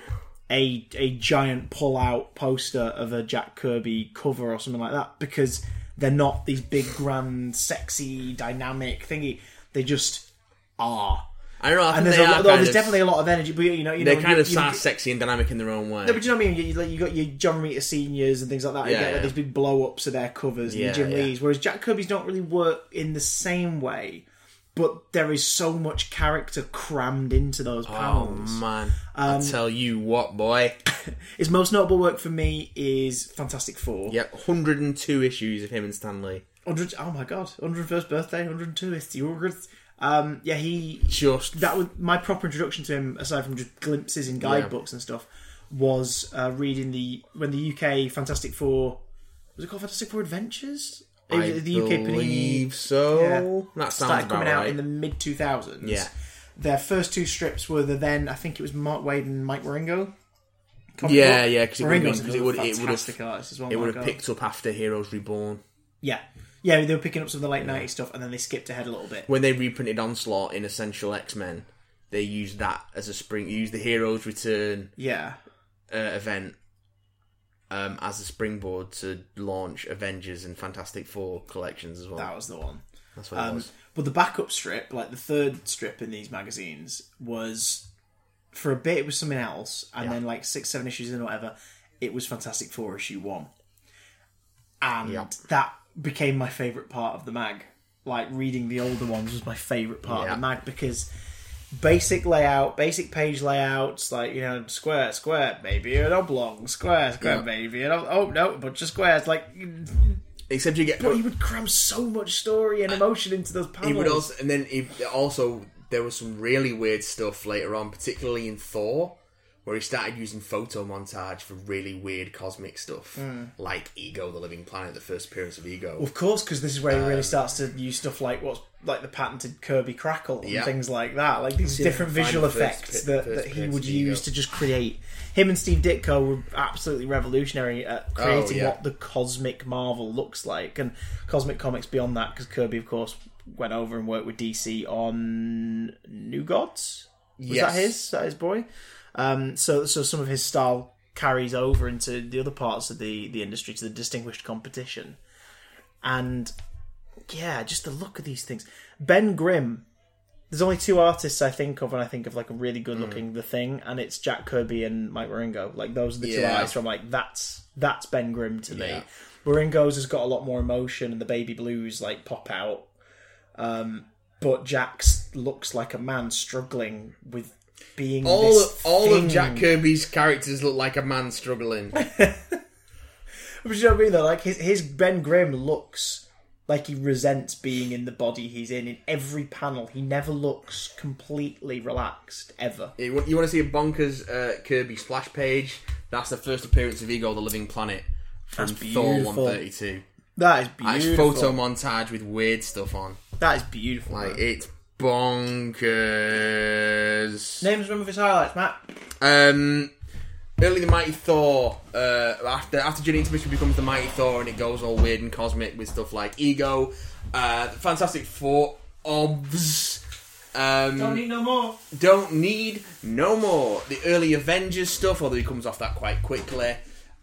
Speaker 1: a a giant pull out poster of a Jack Kirby cover or something like that because they're not these big, grand, sexy, dynamic thingy. They just are.
Speaker 2: I don't know. I think
Speaker 1: And there's,
Speaker 2: they
Speaker 1: a,
Speaker 2: are
Speaker 1: lot-
Speaker 2: kind
Speaker 1: there's
Speaker 2: of-
Speaker 1: definitely a lot of energy, but you know, you
Speaker 2: they
Speaker 1: know,
Speaker 2: kind
Speaker 1: you-
Speaker 2: of
Speaker 1: you-
Speaker 2: are sexy and dynamic in their own way.
Speaker 1: no, but do you know what I mean? You, like, you got your John Rita seniors and things like that. you
Speaker 2: Yeah,
Speaker 1: get like,
Speaker 2: yeah.
Speaker 1: these big blow ups of their covers and
Speaker 2: Yeah,
Speaker 1: your Jim
Speaker 2: yeah.
Speaker 1: Lees. Whereas Jack Kirby's don't really work in the same way, but there is so much character crammed into those
Speaker 2: oh
Speaker 1: panels.
Speaker 2: man,
Speaker 1: Um,
Speaker 2: I tell you what, boy.
Speaker 1: His most notable work for me is Fantastic Four.
Speaker 2: Yep, 102 issues of him and Stanley.
Speaker 1: 100, oh my god, 101st birthday, 102th. year. Um, yeah, he
Speaker 2: Just
Speaker 1: that was my proper introduction to him, aside from just glimpses in guidebooks and stuff, was uh, reading the when the UK Fantastic Four was it called Fantastic Four Adventures? It
Speaker 2: I
Speaker 1: was the UK Panini
Speaker 2: believe so.
Speaker 1: yeah,
Speaker 2: That sounds
Speaker 1: started
Speaker 2: about
Speaker 1: coming out
Speaker 2: right.
Speaker 1: in the mid two thousands.
Speaker 2: Yeah.
Speaker 1: their first two strips were the then I think it was Mark Wade and Mike Waringo. comic
Speaker 2: Yeah,
Speaker 1: book.
Speaker 2: yeah, 'cause it would've
Speaker 1: Waringo's
Speaker 2: been- 'cause it would-
Speaker 1: another
Speaker 2: it would've-
Speaker 1: fantastic artist as well.
Speaker 2: it
Speaker 1: my
Speaker 2: would
Speaker 1: God.
Speaker 2: have picked up after Heroes Reborn
Speaker 1: Yeah, yeah, they were picking up some of the late nineties stuff, and then they skipped ahead a little bit.
Speaker 2: when they reprinted Onslaught in Essential X Men. They used that as a spring. Used the Heroes Return
Speaker 1: Yeah,
Speaker 2: uh, event um, as a springboard to launch Avengers and Fantastic Four collections as well.
Speaker 1: that was the one.
Speaker 2: That's what it was.
Speaker 1: But the backup strip, like the third strip in these magazines, was for a bit it was something else, and then like six, seven issues in or whatever, it was Fantastic Four issue one, and
Speaker 2: Yep.
Speaker 1: that became my favorite part of the mag. Like reading the older ones was my favorite part
Speaker 2: Yeah.
Speaker 1: of the mag because basic layout, basic page layouts, like you know, square, square, maybe an oblong, square, square,
Speaker 2: Yeah.
Speaker 1: maybe an ob- oh no, a bunch of squares. Like
Speaker 2: Except you get
Speaker 1: but he would cram so much story and emotion into those panels.
Speaker 2: He would also, and then he, also there was some really weird stuff later on, particularly in Thor, where he started using photo montage for really weird cosmic stuff, like Ego, the Living Planet, the first appearance of Ego.
Speaker 1: Of course, because this is where
Speaker 2: Um,
Speaker 1: he really starts to use stuff like what's like the patented Kirby crackle and
Speaker 2: Yeah.
Speaker 1: things like that. Like these different
Speaker 2: find
Speaker 1: visual
Speaker 2: the first
Speaker 1: effects
Speaker 2: pi-
Speaker 1: that,
Speaker 2: first
Speaker 1: that he
Speaker 2: appearance
Speaker 1: would
Speaker 2: of Ego.
Speaker 1: use to just create. Him and Steve Ditko were absolutely revolutionary at creating
Speaker 2: Oh, yeah.
Speaker 1: what the cosmic Marvel looks like and cosmic comics beyond that. Because Kirby, of course, went over and worked with DC on New Gods. Was
Speaker 2: Yes.
Speaker 1: that his? Is that his boy? Um, so, so some of his style carries over into the other parts of the the industry to the distinguished competition, and yeah, just the look of these things. Ben Grimm. There's only two artists I think of when I think of like a really good
Speaker 2: Hmm.
Speaker 1: looking The Thing, and it's Jack Kirby and Mike Waringo. Like those are the two
Speaker 2: Yeah.
Speaker 1: artists. Where I'm like, that's that's Ben Grimm to me.
Speaker 2: Yeah.
Speaker 1: Waringo's has got a lot more emotion, and the Baby Blues like pop out. Um, but Jack's looks like a man struggling with being
Speaker 2: all
Speaker 1: this
Speaker 2: all
Speaker 1: thing.
Speaker 2: of Jack Kirby's characters look like a man struggling.
Speaker 1: But you know what I mean? Though, like his his Ben Grimm looks like he resents being in the body he's in. In every panel, he never looks completely relaxed ever.
Speaker 2: you want to see a bonkers uh, Kirby splash page? That's the first appearance of Ego, the Living Planet from Thor
Speaker 1: beautiful.
Speaker 2: 132.
Speaker 1: That is
Speaker 2: That's
Speaker 1: beautiful.
Speaker 2: photo montage with weird stuff on.
Speaker 1: That is beautiful.
Speaker 2: Like
Speaker 1: Like,
Speaker 2: it's bonkers.
Speaker 1: Names some of his highlights, Matt.
Speaker 2: Um, Early the Mighty Thor, uh, after after Journey into Mystery becomes the Mighty Thor and it goes all weird and cosmic with stuff like Ego, uh, Fantastic Four, OBS, um,
Speaker 1: Don't need no more.
Speaker 2: don't need no more. The early Avengers stuff, although he comes off that quite quickly.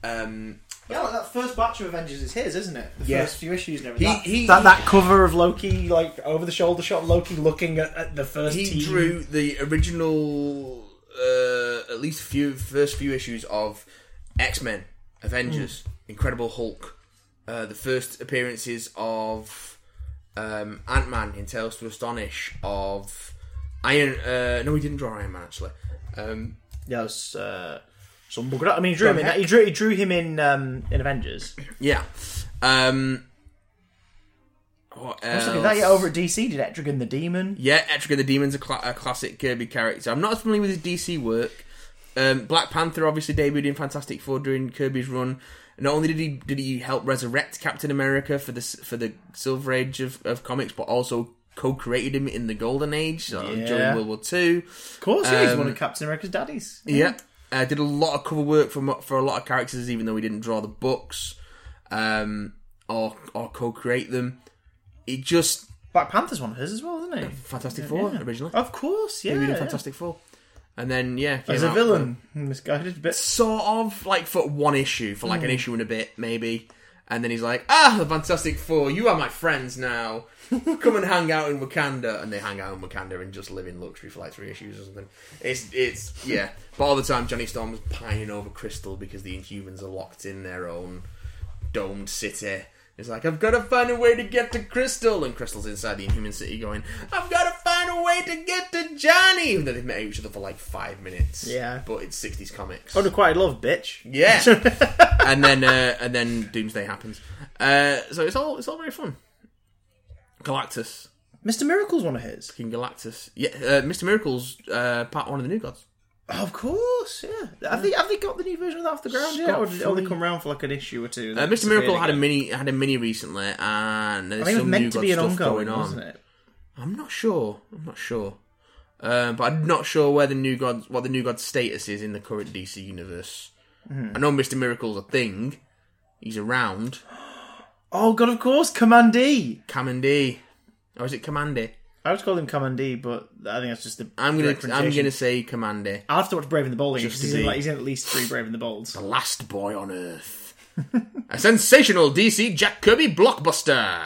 Speaker 2: Um,
Speaker 1: Yeah, like that first batch of Avengers is his, isn't it? The
Speaker 2: Yeah.
Speaker 1: first few issues and
Speaker 2: he
Speaker 1: everything. that,
Speaker 2: he,
Speaker 1: that, that cover of Loki, like over the shoulder shot of Loki looking at, at the first
Speaker 2: he
Speaker 1: team.
Speaker 2: drew the original, uh, at least few first few issues of X Men, Avengers,
Speaker 1: Hmm.
Speaker 2: Incredible Hulk, uh, the first appearances of um, Ant Man in Tales to Astonish, of Iron. Uh, no, he didn't draw Iron Man actually. Um,
Speaker 1: Yeah, it was, uh, some bugger. I mean, he drew him in.
Speaker 2: Heck.
Speaker 1: He drew, he drew him in um, in Avengers.
Speaker 2: yeah. Um, what else?
Speaker 1: Did that get over at DC? Did Etrigan the Demon?
Speaker 2: Yeah, Etrigan the Demon's a, cla a classic Kirby character. I'm not as familiar with his DC work. Um, Black Panther obviously debuted in Fantastic Four during Kirby's run. Not only did he did he help resurrect Captain America for the s- for the Silver Age of, of comics, but also co-created him in the Golden Age so
Speaker 1: Yeah.
Speaker 2: during World War Two.
Speaker 1: Of course, yeah, he's
Speaker 2: Um,
Speaker 1: one of Captain America's daddies.
Speaker 2: Yeah, uh, did a lot of cover work for mo- for a lot of characters, even though he didn't draw the books um, or or co-create them. He just
Speaker 1: Black Panther's one of his as well, isn't he?
Speaker 2: Fantastic Four originally.
Speaker 1: Of course, yeah.
Speaker 2: He did
Speaker 1: yeah.
Speaker 2: Fantastic Four, and then yeah, came
Speaker 1: As a
Speaker 2: out
Speaker 1: villain, Hmm, misguided a bit.
Speaker 2: sort of like for one issue, for like an issue and a bit, maybe. And then he's like, "Ah, the Fantastic Four, you are my friends now. Come and hang out in Wakanda." And they hang out in Wakanda and just live in luxury for like three issues or something. It's it's yeah. But all the time, Johnny Storm was pining over Crystal because the Inhumans are locked in their own domed city. He's like, "I've got to find a way to get to Crystal," and Crystal's inside the Inhuman city, going, "I've got to find a way to get to Johnny." Even though they've met each other for like five minutes.
Speaker 1: Yeah. Oh,
Speaker 2: but it's '60s comics.
Speaker 1: Unrequited love, bitch.
Speaker 2: Yeah. and then uh, and then Doomsday happens. Uh, so it's all it's all very fun. Galactus,
Speaker 1: Mr. Miracle's one of his.
Speaker 2: King Galactus. Yeah, uh, Mr. Miracle's uh, part one of the New Gods.
Speaker 1: Of course, yeah. Have they have they got the new version of that off the ground yet, or did it only come round for like an issue or two?
Speaker 2: Uh, Mr. Miracle had a mini had a mini recently, and there's
Speaker 1: I think it was
Speaker 2: some New
Speaker 1: meant to
Speaker 2: God
Speaker 1: be an
Speaker 2: stuff
Speaker 1: ongoing,
Speaker 2: going on.
Speaker 1: wasn't it?
Speaker 2: I'm not sure. I'm not sure. Um, but I'm not sure where the new god, what the new god's status is in the current DC universe.
Speaker 1: Hmm.
Speaker 2: I know Mister Miracle's a thing. He's around.
Speaker 1: Oh god, of course, E. Commandee.
Speaker 2: Commandee, or is it Commandee?
Speaker 1: I would call him Commandee, but I think that's just the.
Speaker 2: I'm gonna
Speaker 1: direct
Speaker 2: I'm
Speaker 1: pronunciation.
Speaker 2: gonna say Commandee.
Speaker 1: I'll have to watch Brave and the Bold again,
Speaker 2: Just
Speaker 1: 'cause he's,
Speaker 2: to
Speaker 1: in,
Speaker 2: be-
Speaker 1: like, he's in at least three Brave and the Bolds.
Speaker 2: The last boy on Earth. a sensational DC Jack Kirby blockbuster.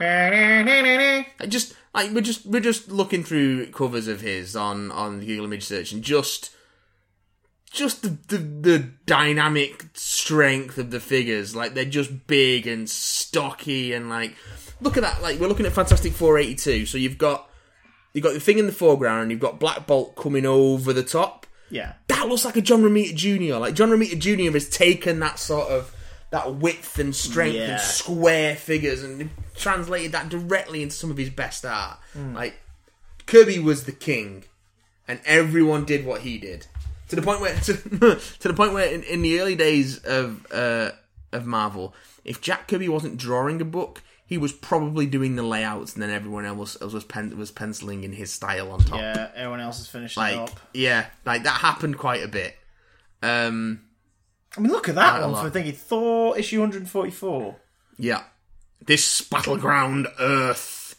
Speaker 2: I just like we're just we're just looking through covers of his on on the Google image search and just just the, the the dynamic strength of the figures like they're just big and stocky and like look at that like we're looking at Fantastic 482 so you've got you've got the thing in the foreground and you've got Black Bolt coming over the top
Speaker 1: Yeah,
Speaker 2: that looks like a John Romita Jr. Like John Romita Jr. has taken that sort of that width and strength
Speaker 1: Yeah.
Speaker 2: and square figures and translated that directly into some of his best art. Like Kirby was the king, and everyone did what he did. To the point where, to, to the point where, in, in the early days of uh, of Marvel, if Jack Kirby wasn't drawing a book, he was probably doing the layouts, and then everyone else was was, pen, was penciling in his style on top
Speaker 1: yeah. Everyone else is finishing it
Speaker 2: like
Speaker 1: up.
Speaker 2: yeah like that happened quite a bit um
Speaker 1: I mean, look at that
Speaker 2: a
Speaker 1: one
Speaker 2: lot.
Speaker 1: for thinking Thor issue 144.
Speaker 2: yeah this battleground earth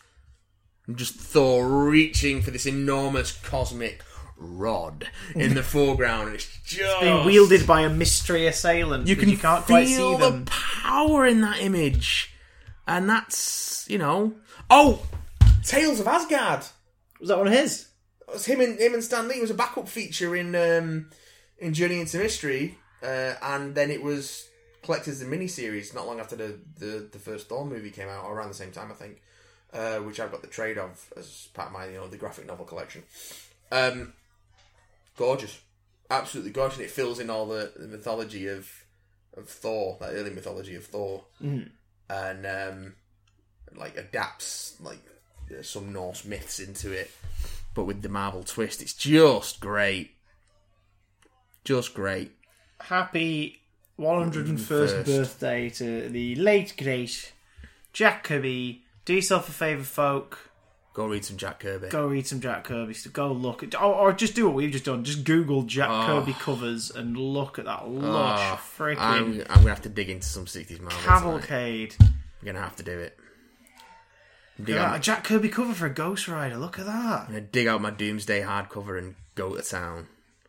Speaker 2: And just thor reaching for this enormous cosmic rod in the foreground and it's just
Speaker 1: Being wielded by a mystery assailant.
Speaker 2: you
Speaker 1: but
Speaker 2: can
Speaker 1: you can't
Speaker 2: feel
Speaker 1: quite see
Speaker 2: the
Speaker 1: them.
Speaker 2: power in that image and that's you know oh tales of asgard
Speaker 1: Was that one of his?
Speaker 2: It was him and him and Stan Lee. It was a backup feature in um, in Journey into Mystery, uh, and then it was collected as a miniseries not long after the, the the first Thor movie came out, or around the same time, I think. Uh, which I've got the trade of as part of my you know the graphic novel collection. Um, gorgeous, absolutely gorgeous, and it fills in all the, the mythology of of Thor, that early mythology of Thor, and um, like adapts like uh, some Norse myths into it but with the Marvel twist, it's just great. Just great.
Speaker 1: Happy 101st
Speaker 2: First.
Speaker 1: birthday to the late great Jack Kirby. Do yourself a favour, folk.
Speaker 2: Go read some Jack Kirby.
Speaker 1: Go read some Jack Kirby stuff. Go look at, or, or just do what we've just done. Just Google Jack
Speaker 2: Oh.
Speaker 1: Kirby covers and look at that lush freaking
Speaker 2: I'm, I'm gonna have to dig into some sixties Marvel. tonight.
Speaker 1: cavalcade.
Speaker 2: I'm gonna have to do it. Dig
Speaker 1: Look at that,
Speaker 2: out,
Speaker 1: a Jack Kirby cover for a Ghost Rider. Look at that.
Speaker 2: I'm gonna dig out my Doomsday hardcover and go to town.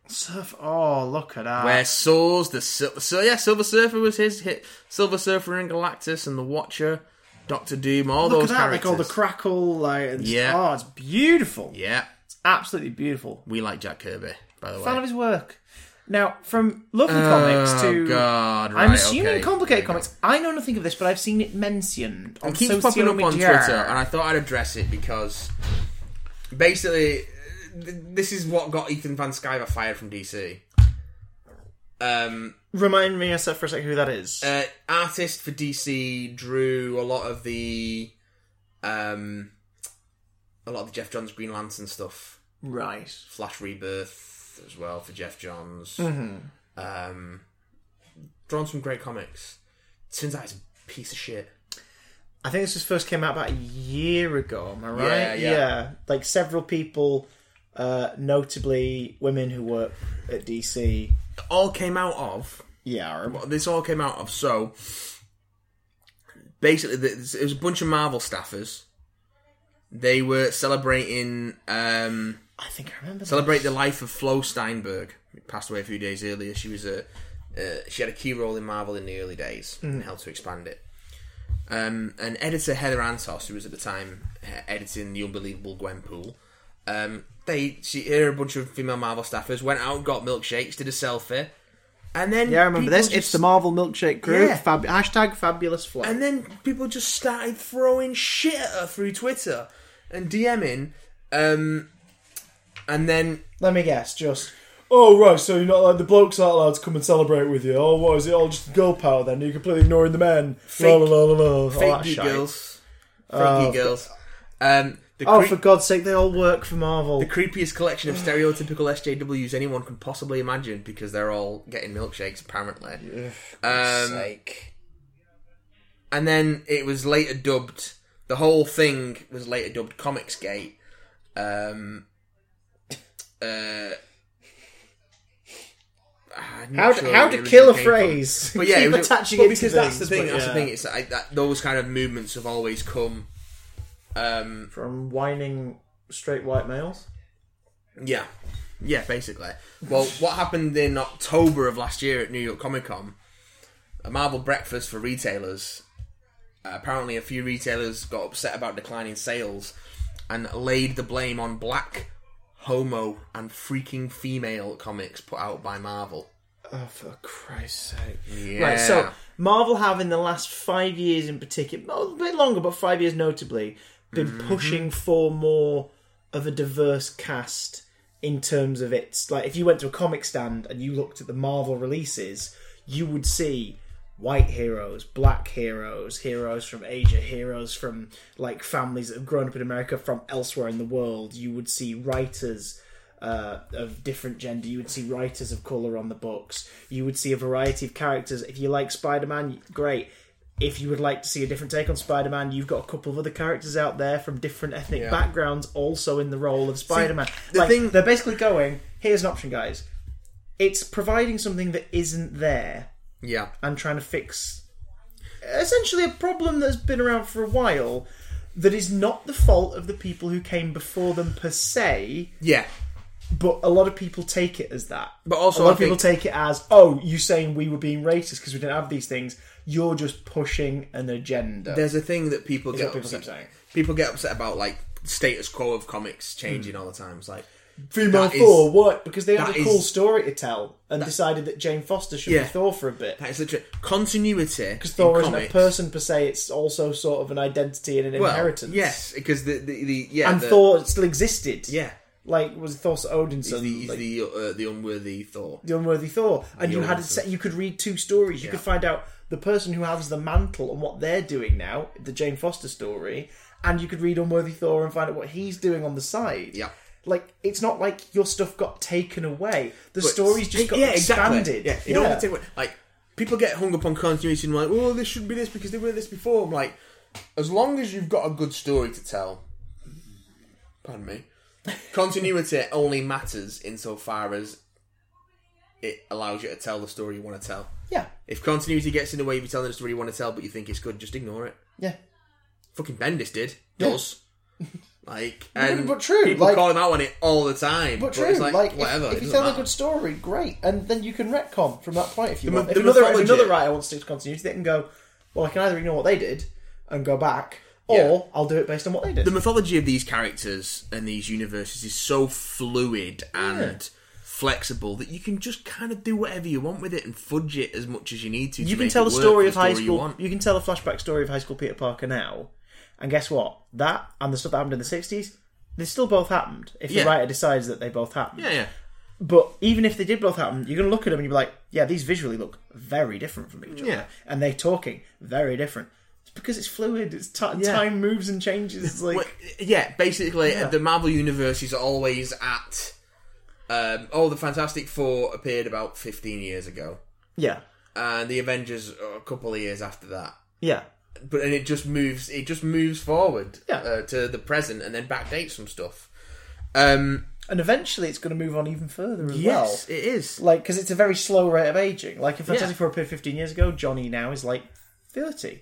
Speaker 1: Surf. Oh, look at that.
Speaker 2: Where Souls, the Sil- so yeah, Silver Surfer was his hit. Silver Surfer and Galactus and the Watcher, Doctor Doom, all
Speaker 1: look
Speaker 2: those
Speaker 1: at that.
Speaker 2: characters.
Speaker 1: Like all the crackle. Like and
Speaker 2: Yeah.
Speaker 1: Oh, it's beautiful.
Speaker 2: yeah,
Speaker 1: It's absolutely beautiful.
Speaker 2: we like Jack Kirby, by the way.
Speaker 1: Fan of his work. Now, from lovely comics
Speaker 2: oh
Speaker 1: to.
Speaker 2: God, right,
Speaker 1: I'm assuming
Speaker 2: okay.
Speaker 1: complicated comics. I know nothing of this, but I've seen it mentioned on
Speaker 2: It keeps
Speaker 1: social
Speaker 2: popping up on
Speaker 1: media.
Speaker 2: Twitter, and I thought I'd address it because basically, th- this is what got Ethan Van Sciver fired from DC. Um,
Speaker 1: Remind me yourself for a second who that is.
Speaker 2: uh, artist for DC drew a lot of the, um, a lot of the Jeff Johns Green Lantern stuff,
Speaker 1: right.
Speaker 2: Flash Rebirth as well for Jeff Johns. Um, drawn some great comics. Turns out it's a piece of shit.
Speaker 1: I think this just first came out about a year ago. Am I right?
Speaker 2: Yeah, yeah.
Speaker 1: Like several people, uh, notably women who work at DC.
Speaker 2: All came out of
Speaker 1: Yeah, I remember.
Speaker 2: this all came out of. So basically, th- it was a bunch of Marvel staffers. They were celebrating um,
Speaker 1: I think I remember.
Speaker 2: celebrate the life of Flo Steinberg. who Passed away a few days earlier. She was a uh, she had a key role in Marvel in the early days
Speaker 1: Mm.
Speaker 2: and helped to expand it. Um, and editor Heather Antos, who was at the time uh, editing the unbelievable Gwenpool, um, they she her and a bunch of female Marvel staffers went out, got milkshakes, did a selfie, and then
Speaker 1: Yeah, I remember
Speaker 2: people
Speaker 1: this.
Speaker 2: just-
Speaker 1: It's the Marvel Milkshake Group.
Speaker 2: Yeah.
Speaker 1: Fab- hashtag Fabulous Fly.
Speaker 2: and then people just started throwing shit at her through Twitter and DMing. Um, and then
Speaker 1: Let me guess. Just. Oh right, so you're not like the blokes aren't allowed to come and celebrate with you. Oh, what is it all just girl power then? You're completely ignoring the men.
Speaker 2: La, la,
Speaker 1: la,
Speaker 2: fake geek girls, fake geek girls. Um, the,
Speaker 1: Oh,
Speaker 2: cre-
Speaker 1: for God's sake, they all work for Marvel.
Speaker 2: the creepiest collection of stereotypical SJWs anyone can possibly imagine because they're all getting milkshakes apparently. Um,
Speaker 1: sake.
Speaker 2: and then it was later dubbed. The whole thing was later dubbed Comicsgate. Um, uh, I'm not
Speaker 1: How,
Speaker 2: sure
Speaker 1: how to
Speaker 2: where it
Speaker 1: kill a
Speaker 2: originally came from.
Speaker 1: phrase?
Speaker 2: But yeah,
Speaker 1: keep
Speaker 2: it was a-
Speaker 1: attaching
Speaker 2: well,
Speaker 1: it
Speaker 2: because
Speaker 1: to
Speaker 2: that's
Speaker 1: things,
Speaker 2: the thing.
Speaker 1: but
Speaker 2: That's
Speaker 1: yeah.
Speaker 2: the thing. It's like that, those kind of movements have always come. Um,
Speaker 1: From whining straight white males.
Speaker 2: Yeah. Yeah, basically. Well, what happened in October of last year at New York Comic Con, a Marvel breakfast for retailers. Uh, apparently, a few retailers got upset about declining sales and laid the blame on black, homo, and freaking female comics put out by Marvel.
Speaker 1: Oh, for Christ's sake!
Speaker 2: Yeah.
Speaker 1: Right, so Marvel have in the last five years, in particular, a little bit longer, but five years notably, been
Speaker 2: Mm-hmm.
Speaker 1: pushing for more of a diverse cast in terms of its. Like, if you went to a comic stand and you looked at the Marvel releases, you would see white heroes, black heroes, heroes from Asia, heroes from like families that have grown up in America from elsewhere in the world. You would see writers uh, of different gender. You would see writers of color on the books. You would see a variety of characters. If you like Spider Man, great. If you would like to see a different take on Spider Man, you've got a couple of other characters out there from different ethnic backgrounds also in the role of Spider Man.
Speaker 2: the
Speaker 1: Like,
Speaker 2: thing-
Speaker 1: they're basically going here's an option, guys. It's providing something that isn't there
Speaker 2: yeah.
Speaker 1: and trying to fix essentially a problem that's been around for a while that is not the fault of the people who came before them per se
Speaker 2: Yeah.
Speaker 1: but a lot of people take it as that
Speaker 2: But also,
Speaker 1: a lot
Speaker 2: I
Speaker 1: of people
Speaker 2: think,
Speaker 1: take it as oh you saying we were being racist because we didn't have these things you're just pushing an agenda
Speaker 2: there's a thing that people get
Speaker 1: what people
Speaker 2: upset.
Speaker 1: keep saying.
Speaker 2: people get upset about like status quo of comics changing
Speaker 1: Hmm.
Speaker 2: all the time. It's like
Speaker 1: female
Speaker 2: that is-
Speaker 1: thor what because they had
Speaker 2: that
Speaker 1: a cool
Speaker 2: is-
Speaker 1: story to tell and decided that jane foster should
Speaker 2: Yeah.
Speaker 1: be thor for a bit
Speaker 2: It's literally continuity. Because
Speaker 1: thor isn't a person per se it's also sort of an identity and an inheritance
Speaker 2: Yes, because the, the, the yeah
Speaker 1: and
Speaker 2: the,
Speaker 1: thor still existed
Speaker 2: yeah
Speaker 1: like was Thor Odinson,
Speaker 2: the he's
Speaker 1: like, the,
Speaker 2: the uh, the unworthy Thor.
Speaker 1: unworthy Thor, and you had a
Speaker 2: Odinson.
Speaker 1: set, you could read two stories. You could find out the person who has the mantle and what they're doing now, the Jane Foster story, and you could read unworthy Thor and find out what he's doing on the side.
Speaker 2: Yeah.
Speaker 1: Like it's not like your stuff got taken away. The stories just got
Speaker 2: yeah,
Speaker 1: expanded.
Speaker 2: Exactly. Yeah, you don't have to take away- like people get hung up on continuity and like, well, this should be this because they were this before. I'm like, as long as you've got a good story to tell, Pardon me. Continuity only matters insofar as it allows you to tell the story you want to tell.
Speaker 1: Yeah,
Speaker 2: If continuity gets in the way of you telling the story you want to tell, but you think it's good, just ignore it.
Speaker 1: yeah.
Speaker 2: Fucking Bendis did.
Speaker 1: Yeah.
Speaker 2: Does. Like,
Speaker 1: but-
Speaker 2: and
Speaker 1: but true,
Speaker 2: People
Speaker 1: like-
Speaker 2: call him out on it all the time.
Speaker 1: But true,
Speaker 2: it's
Speaker 1: like,
Speaker 2: like,
Speaker 1: if-
Speaker 2: whatever.
Speaker 1: if,
Speaker 2: it
Speaker 1: you
Speaker 2: doesn't
Speaker 1: tell a
Speaker 2: matter.
Speaker 1: good story, great, and then you can retcon from that point if you
Speaker 2: The
Speaker 1: want.
Speaker 2: myth-
Speaker 1: If
Speaker 2: the
Speaker 1: another, if
Speaker 2: mythology-
Speaker 1: another writer wants to stick to continuity, they can go. Well, I can either ignore what they did and go back, or
Speaker 2: Yeah.
Speaker 1: I'll do it based on what they did.
Speaker 2: the mythology of these characters and these universes is so fluid and flexible that you can just kind of do whatever you want with it and fudge it as much as you need to. to
Speaker 1: you can
Speaker 2: make
Speaker 1: tell
Speaker 2: it
Speaker 1: the
Speaker 2: work
Speaker 1: story
Speaker 2: for
Speaker 1: of high
Speaker 2: story you
Speaker 1: school.
Speaker 2: want.
Speaker 1: You, can tell a flashback story of high school Peter Parker now, and guess what? That and the stuff that happened in the sixties, they still both happened. If
Speaker 2: Yeah.
Speaker 1: the writer decides that they both happened,
Speaker 2: Yeah, yeah.
Speaker 1: but even if they did both happen, you're going to look at them and you'll be like, yeah, these visually look very different from each other,
Speaker 2: Yeah.
Speaker 1: and they're talking very different. It's because it's fluid. It's ti
Speaker 2: Yeah.
Speaker 1: time moves and changes. It's like
Speaker 2: Well, yeah, basically, the Marvel universe is always at. Um, oh, the Fantastic Four appeared about 15 years ago,
Speaker 1: yeah,
Speaker 2: and the Avengers are a couple of years after that.
Speaker 1: yeah,
Speaker 2: But and it just moves, it just moves forward
Speaker 1: Yeah.
Speaker 2: uh, to the present, and then backdates some stuff. Um,
Speaker 1: and eventually it's going to move on even further as well.
Speaker 2: yes, it is.
Speaker 1: like because it's a very slow rate of aging. Like if Fantastic
Speaker 2: Yeah.
Speaker 1: Four appeared 15 years ago, Johnny now is like 30.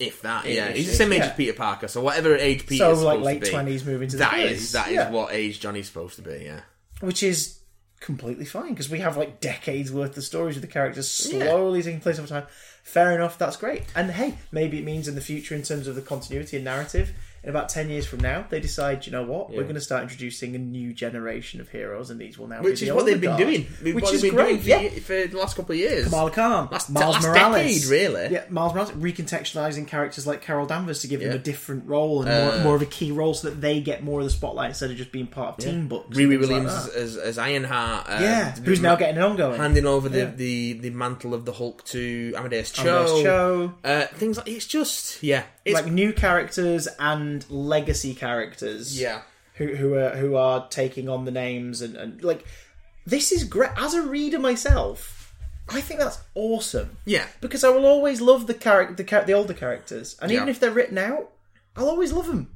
Speaker 2: If that, yeah,
Speaker 1: is,
Speaker 2: he's the same
Speaker 1: it's-
Speaker 2: age
Speaker 1: yeah.
Speaker 2: as Peter Parker. So whatever age Peter,
Speaker 1: So
Speaker 2: is
Speaker 1: like
Speaker 2: supposed
Speaker 1: late
Speaker 2: to be,
Speaker 1: twenties, moving to the
Speaker 2: that
Speaker 1: 30s.
Speaker 2: is that is
Speaker 1: Yeah.
Speaker 2: what age Johnny's supposed to be. Yeah,
Speaker 1: which is completely fine because we have like decades worth of stories with the characters slowly taking place over time. Fair enough, that's great. And hey, maybe it means in the future, in terms of the continuity and narrative, in about ten years from now, they decide, you know what, we're going to start introducing a new generation of heroes, and these will now
Speaker 2: which
Speaker 1: be
Speaker 2: is
Speaker 1: the
Speaker 2: what they've been
Speaker 1: older
Speaker 2: doing,
Speaker 1: guard.
Speaker 2: what
Speaker 1: which
Speaker 2: they've
Speaker 1: is
Speaker 2: been
Speaker 1: great.
Speaker 2: doing for,
Speaker 1: yeah,
Speaker 2: ye- for the last couple of years.
Speaker 1: Kamala Khan,
Speaker 2: Last-
Speaker 1: Miles
Speaker 2: last
Speaker 1: Morales,
Speaker 2: decade, really.
Speaker 1: Yeah, Miles Morales recontextualizing characters like Carol Danvers to give them
Speaker 2: Yeah. Uh.
Speaker 1: a different role and more, more of a key role, so that they get more of the spotlight instead of just being part of team books. and
Speaker 2: Riri
Speaker 1: things like
Speaker 2: Williams
Speaker 1: that.
Speaker 2: as, as Ironheart. Uh,
Speaker 1: Yeah,
Speaker 2: to be
Speaker 1: who's now
Speaker 2: ma-
Speaker 1: getting an ongoing?
Speaker 2: handing over the,
Speaker 1: Yeah.
Speaker 2: the, the mantle of the Hulk to Amadeus Cho.
Speaker 1: Amadeus Cho.
Speaker 2: Uh, things like it's just yeah, it's
Speaker 1: like new characters and legacy characters.
Speaker 2: yeah.
Speaker 1: Who who are who are taking on the names and, and like this is great as a reader myself. I think that's awesome.
Speaker 2: Yeah.
Speaker 1: Because I will always love the character the, char- the older characters and even
Speaker 2: Yeah.
Speaker 1: if they're written out, I'll always love them.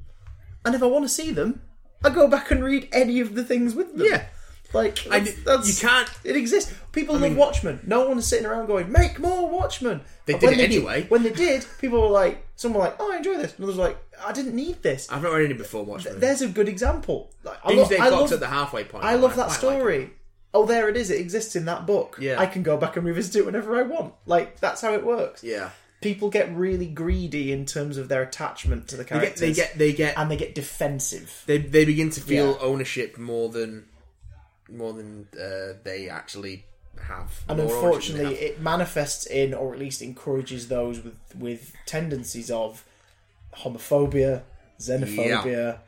Speaker 1: And if I want to see them, I go back and read any of the things with them.
Speaker 2: Yeah.
Speaker 1: Like
Speaker 2: I
Speaker 1: that's,
Speaker 2: d-
Speaker 1: that's-
Speaker 2: you can't
Speaker 1: It exists. People love Watchmen. No one is sitting around going, "Make more Watchmen." They
Speaker 2: did it anyway.
Speaker 1: when they did, people were like, "Some were like, oh, I enjoy this," and others were like, "I didn't need this."
Speaker 2: I've not read any before Watchmen.
Speaker 1: There's a good example. Like, I,
Speaker 2: Things
Speaker 1: lo-
Speaker 2: they've
Speaker 1: I
Speaker 2: got
Speaker 1: love,
Speaker 2: to the halfway point.
Speaker 1: I love
Speaker 2: quite
Speaker 1: that
Speaker 2: like
Speaker 1: story. oh, there it is. It exists in that book.
Speaker 2: Yeah.
Speaker 1: I can go back and revisit it whenever I want. Like that's how it works.
Speaker 2: it. yeah,
Speaker 1: People get really greedy in terms of their attachment to the
Speaker 2: they get
Speaker 1: characters,
Speaker 2: they get they get
Speaker 1: and they get defensive.
Speaker 2: they they begin to feel
Speaker 1: Yeah.
Speaker 2: ownership more than more than uh, they actually have.
Speaker 1: and
Speaker 2: More ownership than
Speaker 1: unfortunately
Speaker 2: they
Speaker 1: it manifests in or at least encourages those with with tendencies of homophobia xenophobia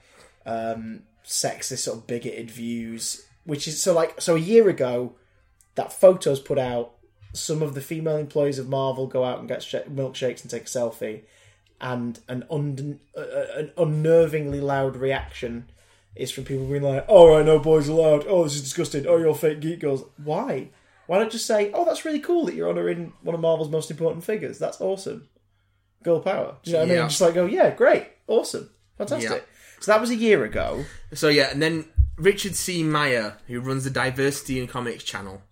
Speaker 1: um sexist sort of bigoted views which is so like so a year ago that photo's put out some of the female employees of marvel go out and get sh- milkshakes and take a selfie and an, un- uh, an unnervingly loud reaction is from people being like, "All right, no boys allowed. Oh, this is disgusting. Oh, you're fake geek girls. Why? Why not just say, "Oh, that's really cool that you're honouring one of Marvel's most important figures. That's awesome. Girl power." Do you know what I
Speaker 2: Yeah.
Speaker 1: mean? Just like, "Oh yeah, great, awesome, fantastic." So that was a year ago.
Speaker 2: have. So yeah, and then Richard C. Meyer, who runs the Diversity in Comics channel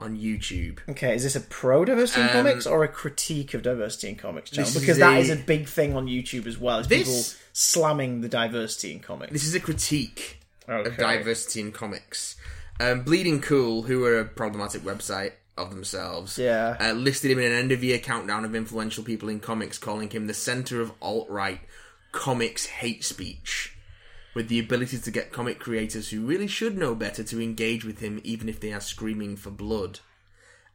Speaker 2: on YouTube.
Speaker 1: Okay, is this a pro diversity in
Speaker 2: Um,
Speaker 1: comics or a critique of diversity in comics? Channel?
Speaker 2: this is
Speaker 1: Because that
Speaker 2: a-
Speaker 1: is a big thing on YouTube as well. Is
Speaker 2: This-
Speaker 1: people slamming the diversity in comics?
Speaker 2: This is a critique of
Speaker 1: Okay.
Speaker 2: diversity in comics. Um, Bleeding Cool, who are a problematic website of themselves,
Speaker 1: Yeah.
Speaker 2: uh, listed him in an end of year countdown of influential people in comics, calling him the center of alt right comics hate speech, with the ability to get comic creators who really should know better to engage with him, even if they are screaming for blood.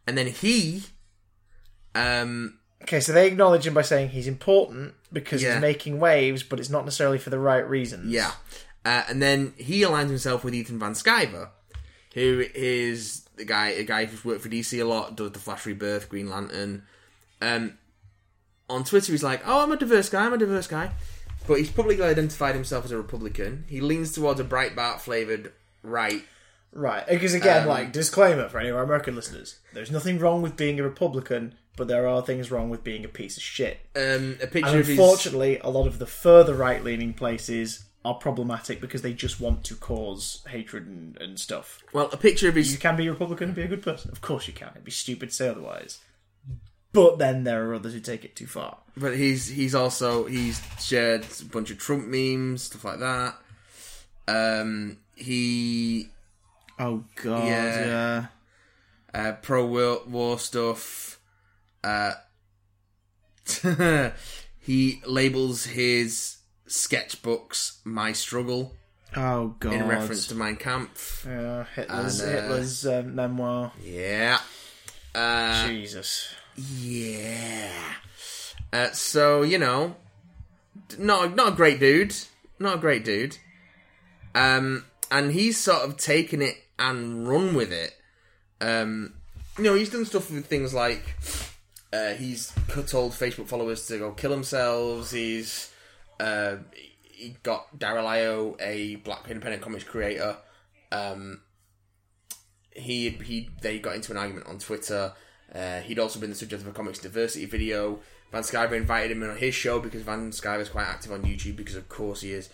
Speaker 2: And then he, um,
Speaker 1: Okay, so they acknowledge him by saying he's important because
Speaker 2: Yeah.
Speaker 1: he's making waves, but it's not necessarily for the right reasons.
Speaker 2: Yeah. Uh, and then he aligns himself with Ethan Van Sciver, who is the guy a guy who's worked for DC a lot, does the Flash Rebirth, Green Lantern. Um, on Twitter, he's like, "Oh, I'm a diverse guy. I'm a diverse guy," but he's publicly identified himself as a Republican. He leans towards a Breitbart flavored right.
Speaker 1: Right, because again,
Speaker 2: Um,
Speaker 1: like, disclaimer for any of our American listeners there's nothing wrong with being a Republican, but there are things wrong with being a piece of shit.
Speaker 2: Um, a picture
Speaker 1: And
Speaker 2: of his
Speaker 1: unfortunately, a lot of the further right leaning places are problematic because they just want to cause hatred and, and stuff.
Speaker 2: Well, a picture of his
Speaker 1: You can be a Republican and be a good person. Of course you can. It'd be stupid to say otherwise. But then there are others who take it too far.
Speaker 2: But he's he's also he's shared a bunch of Trump memes, stuff like that. Um, he
Speaker 1: Oh god,
Speaker 2: Yeah.
Speaker 1: yeah.
Speaker 2: uh, pro wo- war stuff. Uh, he labels his sketchbooks "My Struggle"
Speaker 1: Oh god.
Speaker 2: in reference to Mein Kampf.
Speaker 1: uh, Hitler's,
Speaker 2: And, uh,
Speaker 1: Hitler's um, memoir.
Speaker 2: Yeah, uh,
Speaker 1: Jesus.
Speaker 2: yeah. Uh, so you know, d- not not a great dude, not a great dude. Um, and he's sort of taken it and run with it. Um, you know, he's done stuff with things like uh, he's told Facebook followers to go kill themselves. He's uh, he got Daryl Io, a black independent comics creator. Um, he he they got into an argument on Twitter. Uh, he'd also been the subject of a comics diversity video. Van Skyver invited him on his show because Van Skyver's quite active on YouTube because of course he is.